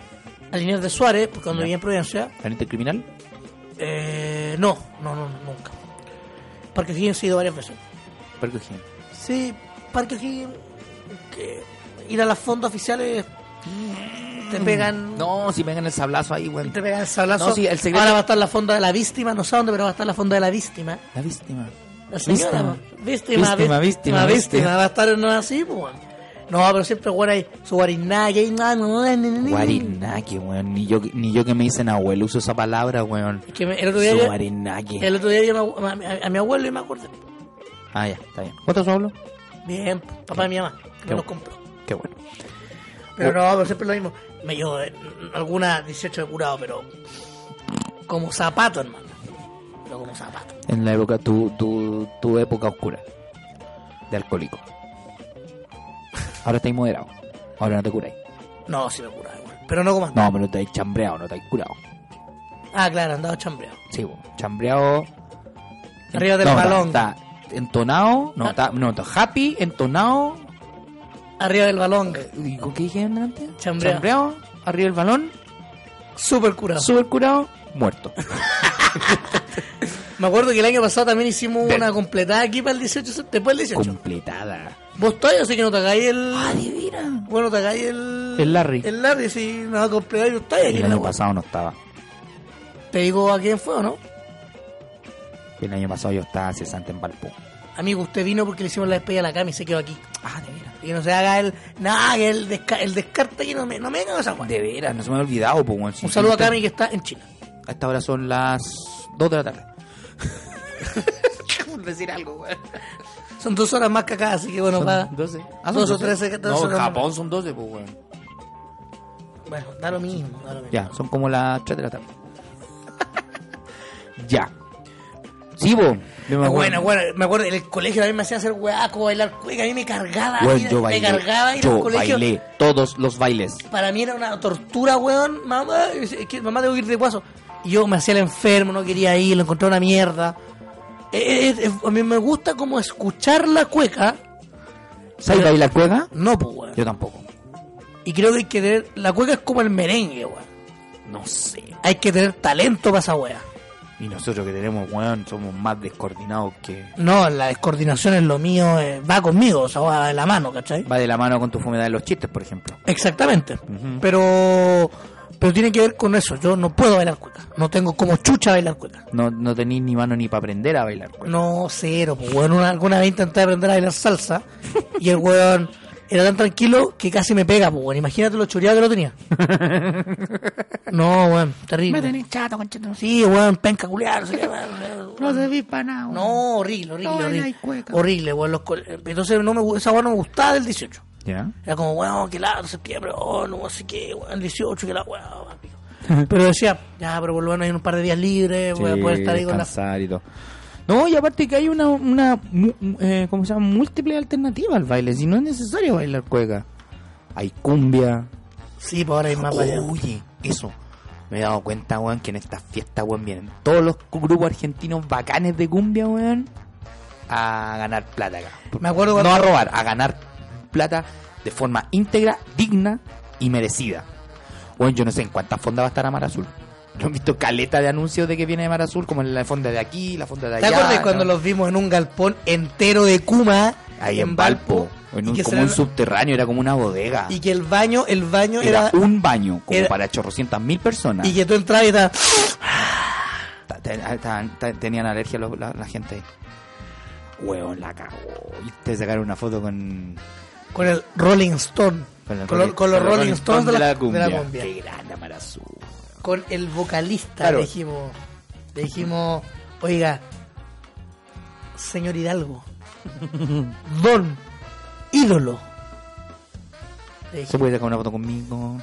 Speaker 4: a Liniers de Suárez, porque cuando
Speaker 2: Ya.
Speaker 4: vivía en Providencia.
Speaker 2: ¿Al Inés Criminal?
Speaker 4: Eh, no, no, no, nunca. Parque O'Higgins he ido varias veces.
Speaker 2: Parque O'Higgins.
Speaker 4: Sí, Parque O'Higgins, que ir a las fondas oficiales te pegan...
Speaker 2: Mm. No, si me hagan el sablazo ahí, weón.
Speaker 4: Te pegan el sablazo.
Speaker 2: No, sí, el secreto-
Speaker 4: Ahora va a estar la fonda de la víctima, no sé dónde, pero va a estar la fonda de la víctima.
Speaker 2: La víctima.
Speaker 4: La señora, víctima,
Speaker 2: Víctima,
Speaker 4: víctima, víctima,
Speaker 2: víctima,
Speaker 4: víctima,
Speaker 2: víctima.
Speaker 4: va a estar en una así, pues. weón. No, pero siempre bueno ahí, su guarinaya y nada, no, ni, ni, ni, ni.
Speaker 2: Guarinaki, weón. Ni yo, ni yo que me dicen abuelo uso esa palabra, weón.
Speaker 4: Es que me- el otro día, yo-
Speaker 2: Guarinaki.
Speaker 4: el otro día yo me- a, a- a mi abuelo y me acordé.
Speaker 2: Ah, ya, está bien. ¿Cuántos abuelos?
Speaker 4: Bien, papá de mi mamá, que me
Speaker 2: Qué bueno.
Speaker 4: los compró.
Speaker 2: Qué bueno.
Speaker 4: Pero no, pero siempre lo mismo. Me llevo eh, alguna 18 de curado, pero como zapato, hermano. Pero como zapato.
Speaker 2: En la época, tu, tu, tu época oscura de alcohólico. Ahora estáis moderado. Ahora no te curáis.
Speaker 4: No, sí me curaba, igual, pero no como antes.
Speaker 2: No, pero estáis chambreado, no estáis curado.
Speaker 4: Ah, claro, andaba chambreado.
Speaker 2: Sí, bo, chambreado.
Speaker 4: Arriba del
Speaker 2: No, está-
Speaker 4: balón.
Speaker 2: Está, entonado. No,
Speaker 4: Ah.
Speaker 2: está, no, está happy, entonado.
Speaker 4: Arriba del balón,
Speaker 2: ¿Y con qué dije delante?
Speaker 4: Chambreado.
Speaker 2: Arriba del balón.
Speaker 4: súper curado.
Speaker 2: Súper curado. Muerto.
Speaker 4: Me acuerdo que el año pasado también hicimos una completada aquí para el 18, se- después del 18.
Speaker 2: Completada.
Speaker 4: Vos todavía así que no te hagáis el.
Speaker 2: Adivina.
Speaker 4: Bueno, te hagáis el. el.
Speaker 2: Ah, El Larry.
Speaker 4: El Larry, sí, no, cumpleaños. Está ahí,
Speaker 2: El
Speaker 4: la
Speaker 2: año
Speaker 4: wea.
Speaker 2: pasado no estaba.
Speaker 4: Te digo a quién fue, ¿o no?
Speaker 2: El año pasado yo estaba cesante en Valpo.
Speaker 4: Amigo, usted vino porque le hicimos la despedida a la cama y se quedó aquí.
Speaker 2: Ah, de veras.
Speaker 4: Y que no se haga el. Nada, que el, desca- el descarte que no me, no me venga con esa wea.
Speaker 2: De veras, no se me ha olvidado, pues, weón. Si
Speaker 4: Un saludo a
Speaker 2: usted-
Speaker 4: Cami que está en China.
Speaker 2: A esta hora son las 2 de la tarde.
Speaker 4: Son dos horas más que acá, así que bueno, para.
Speaker 2: 12.
Speaker 4: Dos o trece, que- dos
Speaker 2: Ah, No, en
Speaker 4: horas más.
Speaker 2: Japón son 12, pues, weón.
Speaker 4: Bueno, da lo mismo, da lo mismo.
Speaker 2: Ya, son como las 3 de la tarde. ya. Sí, vos.
Speaker 4: Bueno, bueno, me acuerdo, en el colegio a mí me hacían hacer hueaco, bailar cueca, a mí me cargaba,
Speaker 2: Weón,
Speaker 4: ir-
Speaker 2: yo
Speaker 4: me
Speaker 2: bailé.
Speaker 4: cargaba ir al
Speaker 2: yo
Speaker 4: colegio.
Speaker 2: bailé todos los bailes.
Speaker 4: Para mí era una tortura, weón, mamá, es que, mamá tengo que ir de guaso. Y yo me hacía el enfermo, no quería ir, lo encontré una mierda. Eh, eh, eh, a mí me gusta como escuchar la cueca,
Speaker 2: ¿Sabes
Speaker 4: Pero-
Speaker 2: bailar cueca?
Speaker 4: no, pues, weón.
Speaker 2: Yo tampoco.
Speaker 4: Y creo que hay que tener, la cueca es como el merengue, weón.
Speaker 2: No sé.
Speaker 4: Hay que tener talento para esa wea.
Speaker 2: Y nosotros que tenemos, weón, somos más descoordinados que...
Speaker 4: No, la descoordinación es lo mío, eh, va conmigo, o sea, va de la mano, ¿cachai?
Speaker 2: Va de la mano con tu fumedad en los chistes, por ejemplo.
Speaker 4: Exactamente.
Speaker 2: Ujú.
Speaker 4: Pero pero tiene que ver con eso. Yo no puedo bailar cueca. No tengo como chucha bailar cueca.
Speaker 2: No, no tenéis ni mano ni para aprender a bailar cueca.
Speaker 4: No, cero. Pues, weón. Una- alguna vez intenté aprender a bailar salsa y el weón era tan tranquilo que casi me pega. Pues, weón. Imagínate lo chureado que lo tenía. No, weón, terrible. Me tenés chato, Sí, weón, penca culiar. No te vi para nada. No, horrible, horrible. horrible, horrible weón. los col- Entonces no me, gu- esa weón no me gustaba del 18.
Speaker 2: ¿Ya?
Speaker 4: Era como, weón, que la septiembre, oh, no sé qué, weón, 18, que la weón, más pico. Pero decía, ya, pero por lo menos hay un par de días libres, voy a poder estar ahí con la.
Speaker 2: descansar y todo. No, y aparte que hay una, una mu- mu- eh, ¿cómo se llama? Múltiple alternativa al baile. Si no es necesario bailar cueca. Hay cumbia.
Speaker 4: Sí, pues ahora hay más para allá.
Speaker 2: Oye, eso. Me he dado cuenta, weón, que en estas fiestas, weón, vienen todos los cu- grupos argentinos bacanes de cumbia, weón, a ganar plata acá.
Speaker 4: Me acuerdo cuando-
Speaker 2: No a robar, a ganar plata de forma íntegra, digna y merecida. Weón, yo no sé en cuántas fondas va a estar Amar Azul. Yo he visto caleta de anuncios de que viene Amar Azul, como en la fonda de aquí, la fonda de
Speaker 4: ¿Te
Speaker 2: allá.
Speaker 4: acuerdas cuando
Speaker 2: ¿no?
Speaker 4: los vimos en un galpón entero de Kuma?
Speaker 2: Ahí en Valpo, en un-
Speaker 4: y, que
Speaker 2: como
Speaker 4: será-
Speaker 2: un subterráneo, era como una bodega.
Speaker 4: y que el baño, el baño
Speaker 2: era,
Speaker 4: era.
Speaker 2: un baño, como
Speaker 4: era-
Speaker 2: para chorrocientas mil personas.
Speaker 4: Y que tú entrabas y estabas.
Speaker 2: Ta- te- ah, ta- ta- Tenían alergia lo- la, la gente ahí. Hueón, la cagó. Y te sacaron una foto con,
Speaker 4: Con el Rolling Stone.
Speaker 2: con,
Speaker 4: Con,
Speaker 2: el
Speaker 4: lo- con los Rolling, Stones de la,
Speaker 2: cumbia.
Speaker 4: de la cumbia.
Speaker 2: Qué grande, Amarazú.
Speaker 4: con el vocalista
Speaker 2: Claro.
Speaker 4: le dijimos le dijimos oiga señor Hidalgo don ídolo le
Speaker 2: ¿Se
Speaker 4: dijimos
Speaker 2: puede sacar una foto conmigo?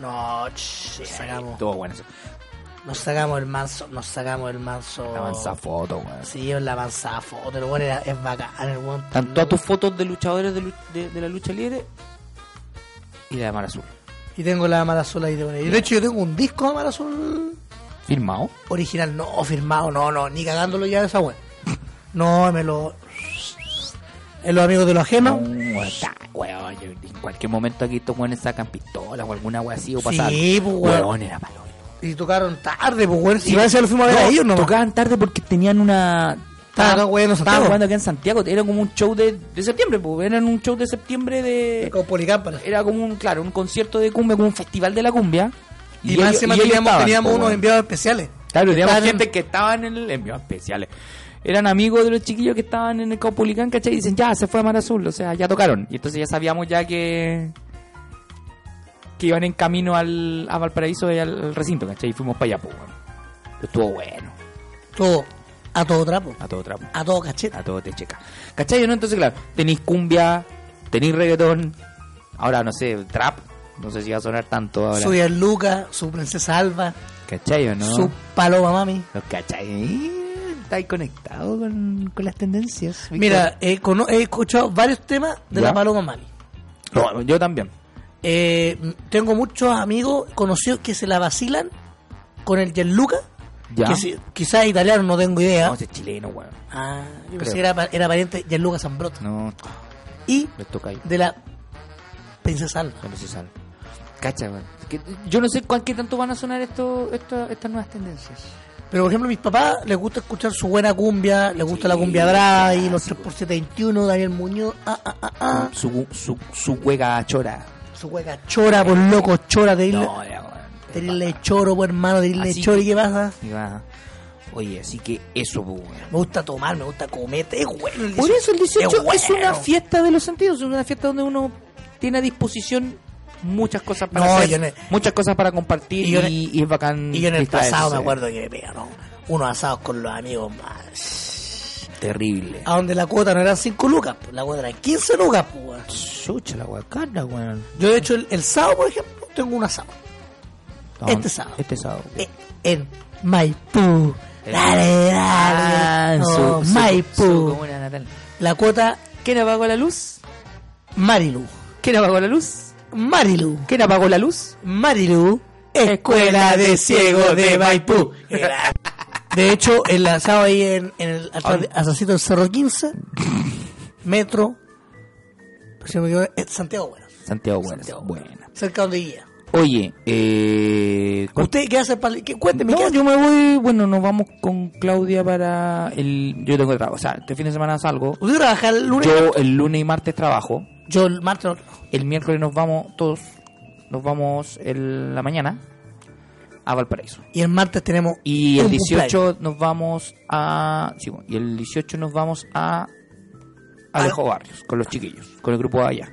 Speaker 4: no ch, nos sacamos
Speaker 2: Todo bueno. eso.
Speaker 4: Oh. nos sacamos el manso nos sacamos el manso
Speaker 2: La mansa foto, weón.
Speaker 4: sí la avanzada foto el weón era- es bacán el weón
Speaker 2: Están todas tus fotos de luchadores de, lu- de- de la lucha libre y la de Amarazú.
Speaker 4: y tengo la Amarazul ahí de buena. y de hecho yo tengo un disco de Amarazul
Speaker 2: Firmado.
Speaker 4: original no firmado no no ni cagándolo ya de esa web no me lo en los amigos de los ajenos
Speaker 2: No, está, Ah, weón, yo- en cualquier momento aquí estos weones sacan pistola o alguna wea así o pasan.
Speaker 4: Sí, pues, weón.
Speaker 2: era malo.
Speaker 4: Y tocaron tarde, pues, weón. Si
Speaker 2: Sí.
Speaker 4: parece que lo fuimos a
Speaker 2: No,
Speaker 4: ver a ellos, ¿no?
Speaker 2: Tocaban tarde porque tenían una.
Speaker 4: Estaban acá, weón, en
Speaker 2: Estaban
Speaker 4: Santiago.
Speaker 2: jugando acá en Santiago. Era como un show de, de septiembre, pues. Era un show de septiembre de.
Speaker 4: Con Policámpara.
Speaker 2: Era como un, claro, un concierto de cumbia, como un festival de la cumbia.
Speaker 4: Y, más
Speaker 2: ellos-
Speaker 4: encima
Speaker 2: ellos
Speaker 4: teníamos,
Speaker 2: estaban,
Speaker 4: teníamos
Speaker 2: pues,
Speaker 4: unos
Speaker 2: weón.
Speaker 4: enviados especiales.
Speaker 2: Claro, teníamos
Speaker 4: Estaban-
Speaker 2: gente que estaban en el envío especiales. Eran amigos de los chiquillos que estaban en el Caupolicán, ¿cachai? Y dicen, ya, se fue a Mar Azul, o sea, ya tocaron. Y entonces ya sabíamos ya que... Que iban en camino al, a Valparaíso y al recinto, ¿cachai? Y fuimos para allá, pues, bueno. Estuvo bueno,
Speaker 4: Todo, a todo trapo,
Speaker 2: a todo trapo,
Speaker 4: a todo cachete.
Speaker 2: a todo te checa. ¿Cachai? o ¿No? Entonces, claro, tenéis cumbia, tenéis reggaetón, ahora, no sé, trap, no sé si va a sonar tanto ahora.
Speaker 4: Su Dian Luca, su Princesa Alba,
Speaker 2: ¿Cachai o no?
Speaker 4: su Paloma Mami.
Speaker 2: ¿Los cachai? Estáis conectados con, con las tendencias. Víctor.
Speaker 4: Mira, he, cono- he escuchado varios temas de
Speaker 2: Ya.
Speaker 4: la Paloma Mami.
Speaker 2: No, yo también.
Speaker 4: Eh, tengo muchos amigos conocidos que se la vacilan con el Gianluca.
Speaker 2: Ya.
Speaker 4: Que si- quizás es italiano, no tengo idea.
Speaker 2: No, ese es chileno, weón.
Speaker 4: Ah, yo pensé
Speaker 2: Creo.
Speaker 4: que era, pa- era pariente de Gianluca Zambrotta.
Speaker 2: No,
Speaker 4: Y
Speaker 2: les toca ahí.
Speaker 4: de la Princesa Alba.
Speaker 2: Cuando se sale. Cacha, weón. Es que Yo no sé cuál qué tanto van a sonar esto, esto- estas nuevas tendencias.
Speaker 4: Pero por ejemplo, a mis papás les gusta escuchar su buena cumbia, les gusta
Speaker 2: Sí,
Speaker 4: la cumbia brava y
Speaker 2: clásico.
Speaker 4: los 3x721, Daniel Muñoz, ah, ah, ah, ah.
Speaker 2: Su, su, su cueca chora.
Speaker 4: Su hueca chora, por loco, chora, de irle,
Speaker 2: No, ya, weón.
Speaker 4: choro, por hermano, de irle
Speaker 2: Así
Speaker 4: choro,
Speaker 2: que-
Speaker 4: ¿y qué pasa?
Speaker 2: Y va, Oye, así que eso, pues, weón.
Speaker 4: Me gusta tomar, me gusta comer, es bueno el 18.
Speaker 2: Por eso el 18
Speaker 4: bueno.
Speaker 2: es una fiesta de los sentidos, es una fiesta donde uno tiene a disposición muchas cosas para
Speaker 4: No,
Speaker 2: hacer,
Speaker 4: yo en el-
Speaker 2: muchas cosas para compartir
Speaker 4: Y
Speaker 2: y,
Speaker 4: yo en el-
Speaker 2: y es bacán.
Speaker 4: Y yo en el
Speaker 2: distraerse.
Speaker 4: pasado me acuerdo que me pegaron unos asados con los amigos más.
Speaker 2: Terrible.
Speaker 4: A donde la cuota no eran 5 lucas, pues, la cuota eran 15 lucas, pues. weón.
Speaker 2: Chucha la guacarda, weón.
Speaker 4: Yo, de hecho, el, el sábado, por ejemplo, tengo un asado.
Speaker 2: No,
Speaker 4: Este sábado.
Speaker 2: Este sábado.
Speaker 4: Eh, En Maipú. Dale,
Speaker 2: Ah,
Speaker 4: dale. Oh, Maipú. La cuota
Speaker 2: ¿Quién apagó la luz?
Speaker 4: Marilu.
Speaker 2: ¿Quién apagó la luz?
Speaker 4: Marilu.
Speaker 2: ¿Quién apagó la luz?
Speaker 4: Marilu. Escuela de Ciego de Maipú. De hecho, el asado ahí en, en el atrás
Speaker 2: Ah.
Speaker 4: de- atrásito del Cerro 15, metro, si no me equivoco, es Santiago Bueno,
Speaker 2: Santiago, bueno.
Speaker 4: Santiago.
Speaker 2: Buena.
Speaker 4: cerca donde guía.
Speaker 2: Oye, eh, ¿cuál-
Speaker 4: ¿Usted qué hace para.? qué- Cuénteme, ¿qué
Speaker 2: No,
Speaker 4: hace?
Speaker 2: yo me voy, bueno, nos vamos con Claudia para el... Yo tengo trabajo, o sea, este fin de semana salgo.
Speaker 4: ¿Usted trabaja el lunes?
Speaker 2: Yo el lunes y martes trabajo.
Speaker 4: Yo el martes no trabajo.
Speaker 2: El miércoles nos vamos todos, nos vamos en la mañana a Valparaíso.
Speaker 4: Y el martes tenemos.
Speaker 2: Y el
Speaker 4: un cumpleaños.
Speaker 2: 18 nos vamos a... sí, bueno, y el 18 nos vamos a... Alejo Barrios, con los chiquillos, con el grupo de allá.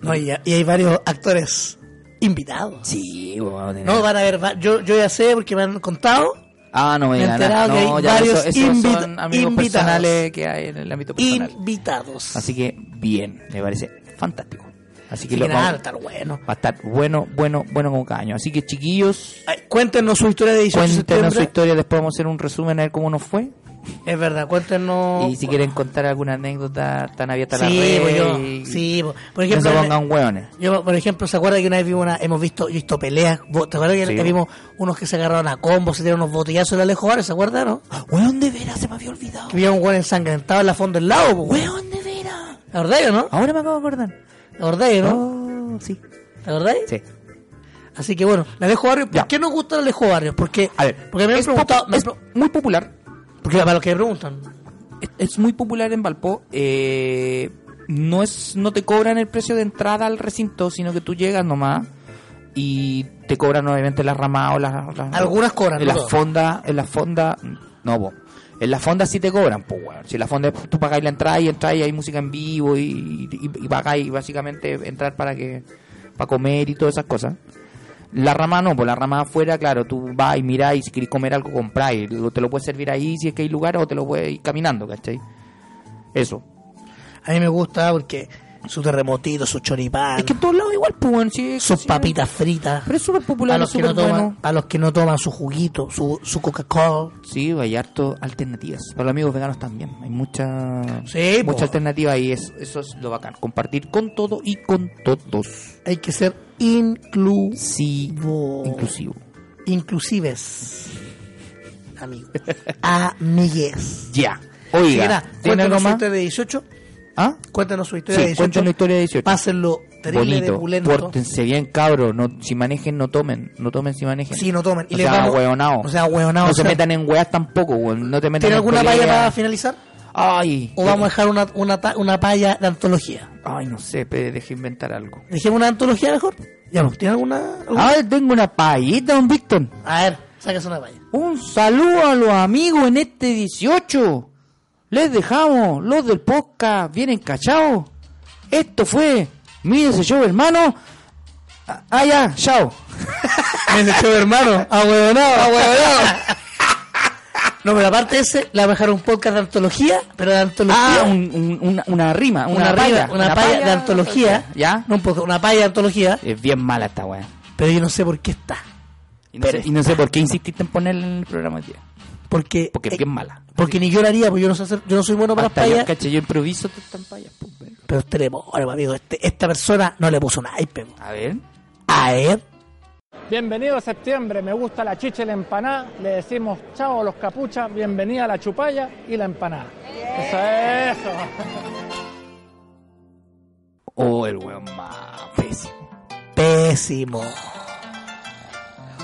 Speaker 4: No, y, y hay varios actores invitados.
Speaker 2: Sí, bueno, vamos a tener-
Speaker 4: No, van a ver. va- Yo, yo ya sé porque me han contado.
Speaker 2: Ah, no me
Speaker 4: me he
Speaker 2: digan nada.
Speaker 4: enterado que
Speaker 2: No,
Speaker 4: hay
Speaker 2: ya
Speaker 4: varios
Speaker 2: eso- esos
Speaker 4: invita-
Speaker 2: son amigos
Speaker 4: invitados.
Speaker 2: personales que hay en el ámbito personal.
Speaker 4: Invitados.
Speaker 2: Así que bien, me parece fantástico. Así que
Speaker 4: que
Speaker 2: lo,
Speaker 4: nada, va a
Speaker 2: vamos-
Speaker 4: estar bueno.
Speaker 2: va a estar bueno, bueno, bueno como caño. Así que chiquillos,
Speaker 4: Ay, Cuéntenos su historia de 18 de
Speaker 2: cuéntenos su
Speaker 4: septiembre.
Speaker 2: historia, después vamos a hacer un resumen a ver cómo nos fue.
Speaker 4: Es verdad, cuéntenos.
Speaker 2: y si quieren contar alguna anécdota tan abierta a la
Speaker 4: Oh. Sí,
Speaker 2: red,
Speaker 4: pues yo.
Speaker 2: y-
Speaker 4: Sí, pues, por
Speaker 2: no
Speaker 4: ejemplo.
Speaker 2: se pongan hueones.
Speaker 4: Yo, por ejemplo, ¿se acuerda que una vez vimos una, hemos visto, visto peleas? Vos- ¿Te acuerdas que
Speaker 2: Sí.
Speaker 4: que vimos unos que se agarraron a combos, se tiraron unos botellazos en la Alejo Barrios, ¿se acuerdan, no?
Speaker 2: Hueón de veras, se me había olvidado.
Speaker 4: Que había un weón ensangrentado en la fondo del lago, po, weón.
Speaker 2: Hueón de veras.
Speaker 4: ¿La verdad yo, no?
Speaker 2: Ahora me acabo de acordar.
Speaker 4: ¿La verdad yo, no?
Speaker 2: Oh, sí.
Speaker 4: ¿La verdad?
Speaker 2: Sí.
Speaker 4: Así que bueno, la Alejo Barrios, ¿por
Speaker 2: Ya.
Speaker 4: qué nos gusta la Alejo Barrios? Porque,
Speaker 2: A ver,
Speaker 4: porque me han
Speaker 2: es,
Speaker 4: preguntado,
Speaker 2: popu-
Speaker 4: me han
Speaker 2: es
Speaker 4: pre-
Speaker 2: muy popular
Speaker 4: porque para los que me preguntan,
Speaker 2: es- es muy popular en Valpo. eh, no es, no te cobran el precio de entrada al recinto, sino que tú llegas nomás y te cobran obviamente las ramas o las, las-
Speaker 4: Algunas cobran,
Speaker 2: En la
Speaker 4: no todas.
Speaker 2: fonda, en la fonda, no, po. en la fonda sí te cobran, pues weón. Si en la fonda tú pagáis la entrada y entráis y hay música en vivo y, y, y pagáis básicamente entrar para que para comer y todas esas cosas. La rama no, por la rama afuera, claro, tú vas y mirás y si querés comer algo, compráis. Lo- Te lo puedes servir ahí si es que hay lugar o te lo puedes ir caminando, ¿cachai? Eso.
Speaker 4: a mí me gusta porque su terremotito, su choripán,
Speaker 2: Es que en todos lados igual, pues, weón, sí,
Speaker 4: sus
Speaker 2: sí,
Speaker 4: papitas fritas,
Speaker 2: Pero es súper popular,
Speaker 4: para los, que
Speaker 2: súper
Speaker 4: no toman,
Speaker 2: bueno.
Speaker 4: para los que no toman su juguito, su, su Coca-Cola.
Speaker 2: Sí, hay harto alternativas. Para los amigos veganos también. Hay mucha,
Speaker 4: Sí, po.
Speaker 2: mucha alternativa y es, eso es lo bacán. Compartir con todo y con todos.
Speaker 4: Hay que ser inclusivo.
Speaker 2: Sí, inclusivo.
Speaker 4: Inclusives. Amigo. Amigues.
Speaker 2: Ya.
Speaker 4: Así que
Speaker 2: Oiga,
Speaker 4: nada,
Speaker 2: ¿tiene algo
Speaker 4: Cuéntenos su
Speaker 2: más?
Speaker 4: historia de 18.
Speaker 2: ¿Ah?
Speaker 4: Cuéntenos su historia
Speaker 2: Sí,
Speaker 4: de 18.
Speaker 2: cuéntenos la historia de 18.
Speaker 4: Pásenlo terrible de
Speaker 2: Bonito.
Speaker 4: opulento.
Speaker 2: Pórtense bien, cabros. No, si manejen, no tomen. No tomen si manejen.
Speaker 4: Sí, no tomen. Y
Speaker 2: No
Speaker 4: les
Speaker 2: sean
Speaker 4: vamos-
Speaker 2: ahueonados.
Speaker 4: no sean ahueonados,
Speaker 2: No
Speaker 4: o
Speaker 2: se
Speaker 4: sea-
Speaker 2: metan en weas tampoco, weón. No te metan
Speaker 4: ¿Tiene
Speaker 2: en
Speaker 4: alguna palla
Speaker 2: peleas.
Speaker 4: para finalizar?
Speaker 2: Ay.
Speaker 4: ¿O vamos a dejar una, una, ta- una palla de antología?
Speaker 2: Ay, no sé, pe, deje inventar algo.
Speaker 4: ¿Dejemos una antología mejor? Ya, pues, ¿tiene alguna? alguna?
Speaker 2: Ay, tengo una payita, don Víctor.
Speaker 4: A ver, sáquese una palla.
Speaker 2: Un saludo a los amigos en este 18. Les dejamos, los del podcast, vienen cachados. Esto fue mi show, hermano. Ah, Ah, ya, chao.
Speaker 4: Me desechó hermano. Ahueonado, ahueonado. No, pero aparte ese, la dejaron un podcast de antología, pero de antología.
Speaker 2: Ah, un- un- una, una rima, una,
Speaker 4: una,
Speaker 2: paya.
Speaker 4: palla, una, palla, de antología.
Speaker 2: ¿Ya?
Speaker 4: No un poco, una palla de antología.
Speaker 2: Es bien mala esta weá.
Speaker 4: Pero yo no sé por qué está.
Speaker 2: Y no, sé, y no sé por qué insististe en ponerla en el programa, hoy día.
Speaker 4: Porque, eh,
Speaker 2: Porque es bien Ah, mala.
Speaker 4: porque ni yo la haría, porque yo no, sé hacer- yo no soy bueno para
Speaker 2: Hasta
Speaker 4: las
Speaker 2: yo,
Speaker 4: payas.
Speaker 2: caché, yo improviso todas estas payas. pues, bueno.
Speaker 4: pero este le pone, pues, amigo. Este, esta persona no le puso nada.
Speaker 2: A ver.
Speaker 4: A ver.
Speaker 7: Bienvenido a septiembre, me gusta la chicha y la empanada. Le decimos chao a los capuchas, bienvenida a la chupalla y la empanada. Eso es eso.
Speaker 2: Oh, el weón más pésimo.
Speaker 4: Pésimo.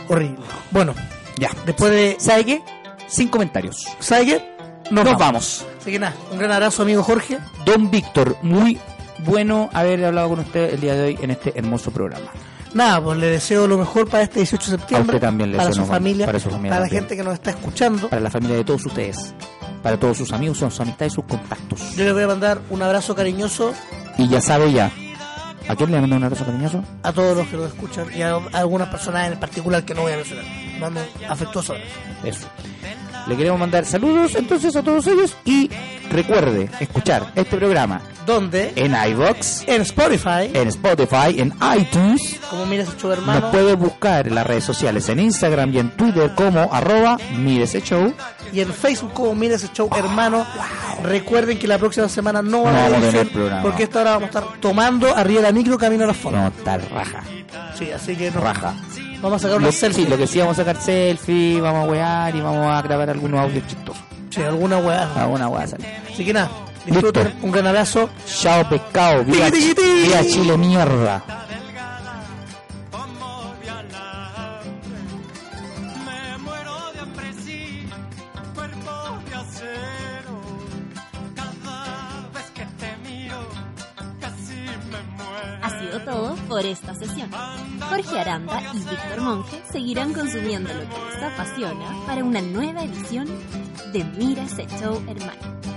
Speaker 4: Horrible. Bueno,
Speaker 2: Ya.
Speaker 4: después de.
Speaker 2: ¿Sabe qué? Sin comentarios.
Speaker 4: ¿Sabe qué?
Speaker 2: Nos, vamos.
Speaker 4: Así que nada, un gran abrazo, amigo Jorge.
Speaker 2: Don Víctor, muy bueno haber hablado con usted el día de hoy en este hermoso programa.
Speaker 4: Nada, pues le deseo lo mejor para este 18 de septiembre.
Speaker 2: A usted también le
Speaker 4: para,
Speaker 2: deseo
Speaker 4: su
Speaker 2: lo mejor,
Speaker 4: familia,
Speaker 2: para su familia
Speaker 4: Para la
Speaker 2: también.
Speaker 4: gente que nos está escuchando.
Speaker 2: Para la familia de todos ustedes, para todos sus amigos, sus amistades, sus contactos.
Speaker 4: Yo les voy a mandar un abrazo cariñoso
Speaker 2: Y ya sabe ya, ¿a quién le mando un abrazo cariñoso?
Speaker 4: a todos los que nos escuchan y a, a algunas personas en particular que no voy a mencionar. Les Mando un afectuoso abrazo.
Speaker 2: Eso. Le queremos mandar saludos entonces a todos ellos y recuerde escuchar este programa
Speaker 4: Donde
Speaker 2: en iBox,
Speaker 4: en Spotify,
Speaker 2: en Spotify, en iTunes.
Speaker 4: como mira su hermano,
Speaker 2: Nos puede buscar en las redes sociales, en Instagram y en Twitter como arroba Mírese Show.
Speaker 4: y en Facebook como mira ese show hermano. Recuerden que la próxima semana no va
Speaker 2: Oh, No vamos
Speaker 4: a
Speaker 2: a
Speaker 4: haber
Speaker 2: tener
Speaker 4: edición,
Speaker 2: programa.
Speaker 4: porque esta hora vamos a estar tomando arriba de la micro camino a la forma.
Speaker 2: No, tal raja,
Speaker 4: Sí, así que nos
Speaker 2: raja.
Speaker 4: vamos a sacar una
Speaker 2: Lo,
Speaker 4: selfie.
Speaker 2: sí, lo que sí, vamos a sacar selfie, vamos a wear y vamos a grabar algunos audios chistosos.
Speaker 4: Sí, alguna weá.
Speaker 2: Alguna weá sale.
Speaker 4: Así que nada, disfruten,
Speaker 2: Listo.
Speaker 4: un gran abrazo.
Speaker 2: Chao pescado, viva,
Speaker 4: Tiqui, tiqui, tiqui.
Speaker 2: viva Chile mierda.
Speaker 8: Me muero de hambre, sí, cuerpo de acero. Cada vez que te miro, casi me muero.
Speaker 3: Ha sido todo por esta sesión. Jorge Aranda y Víctor Monge seguirán consumiendo lo que les apasiona para una nueva edición de Mira ese show, hermano.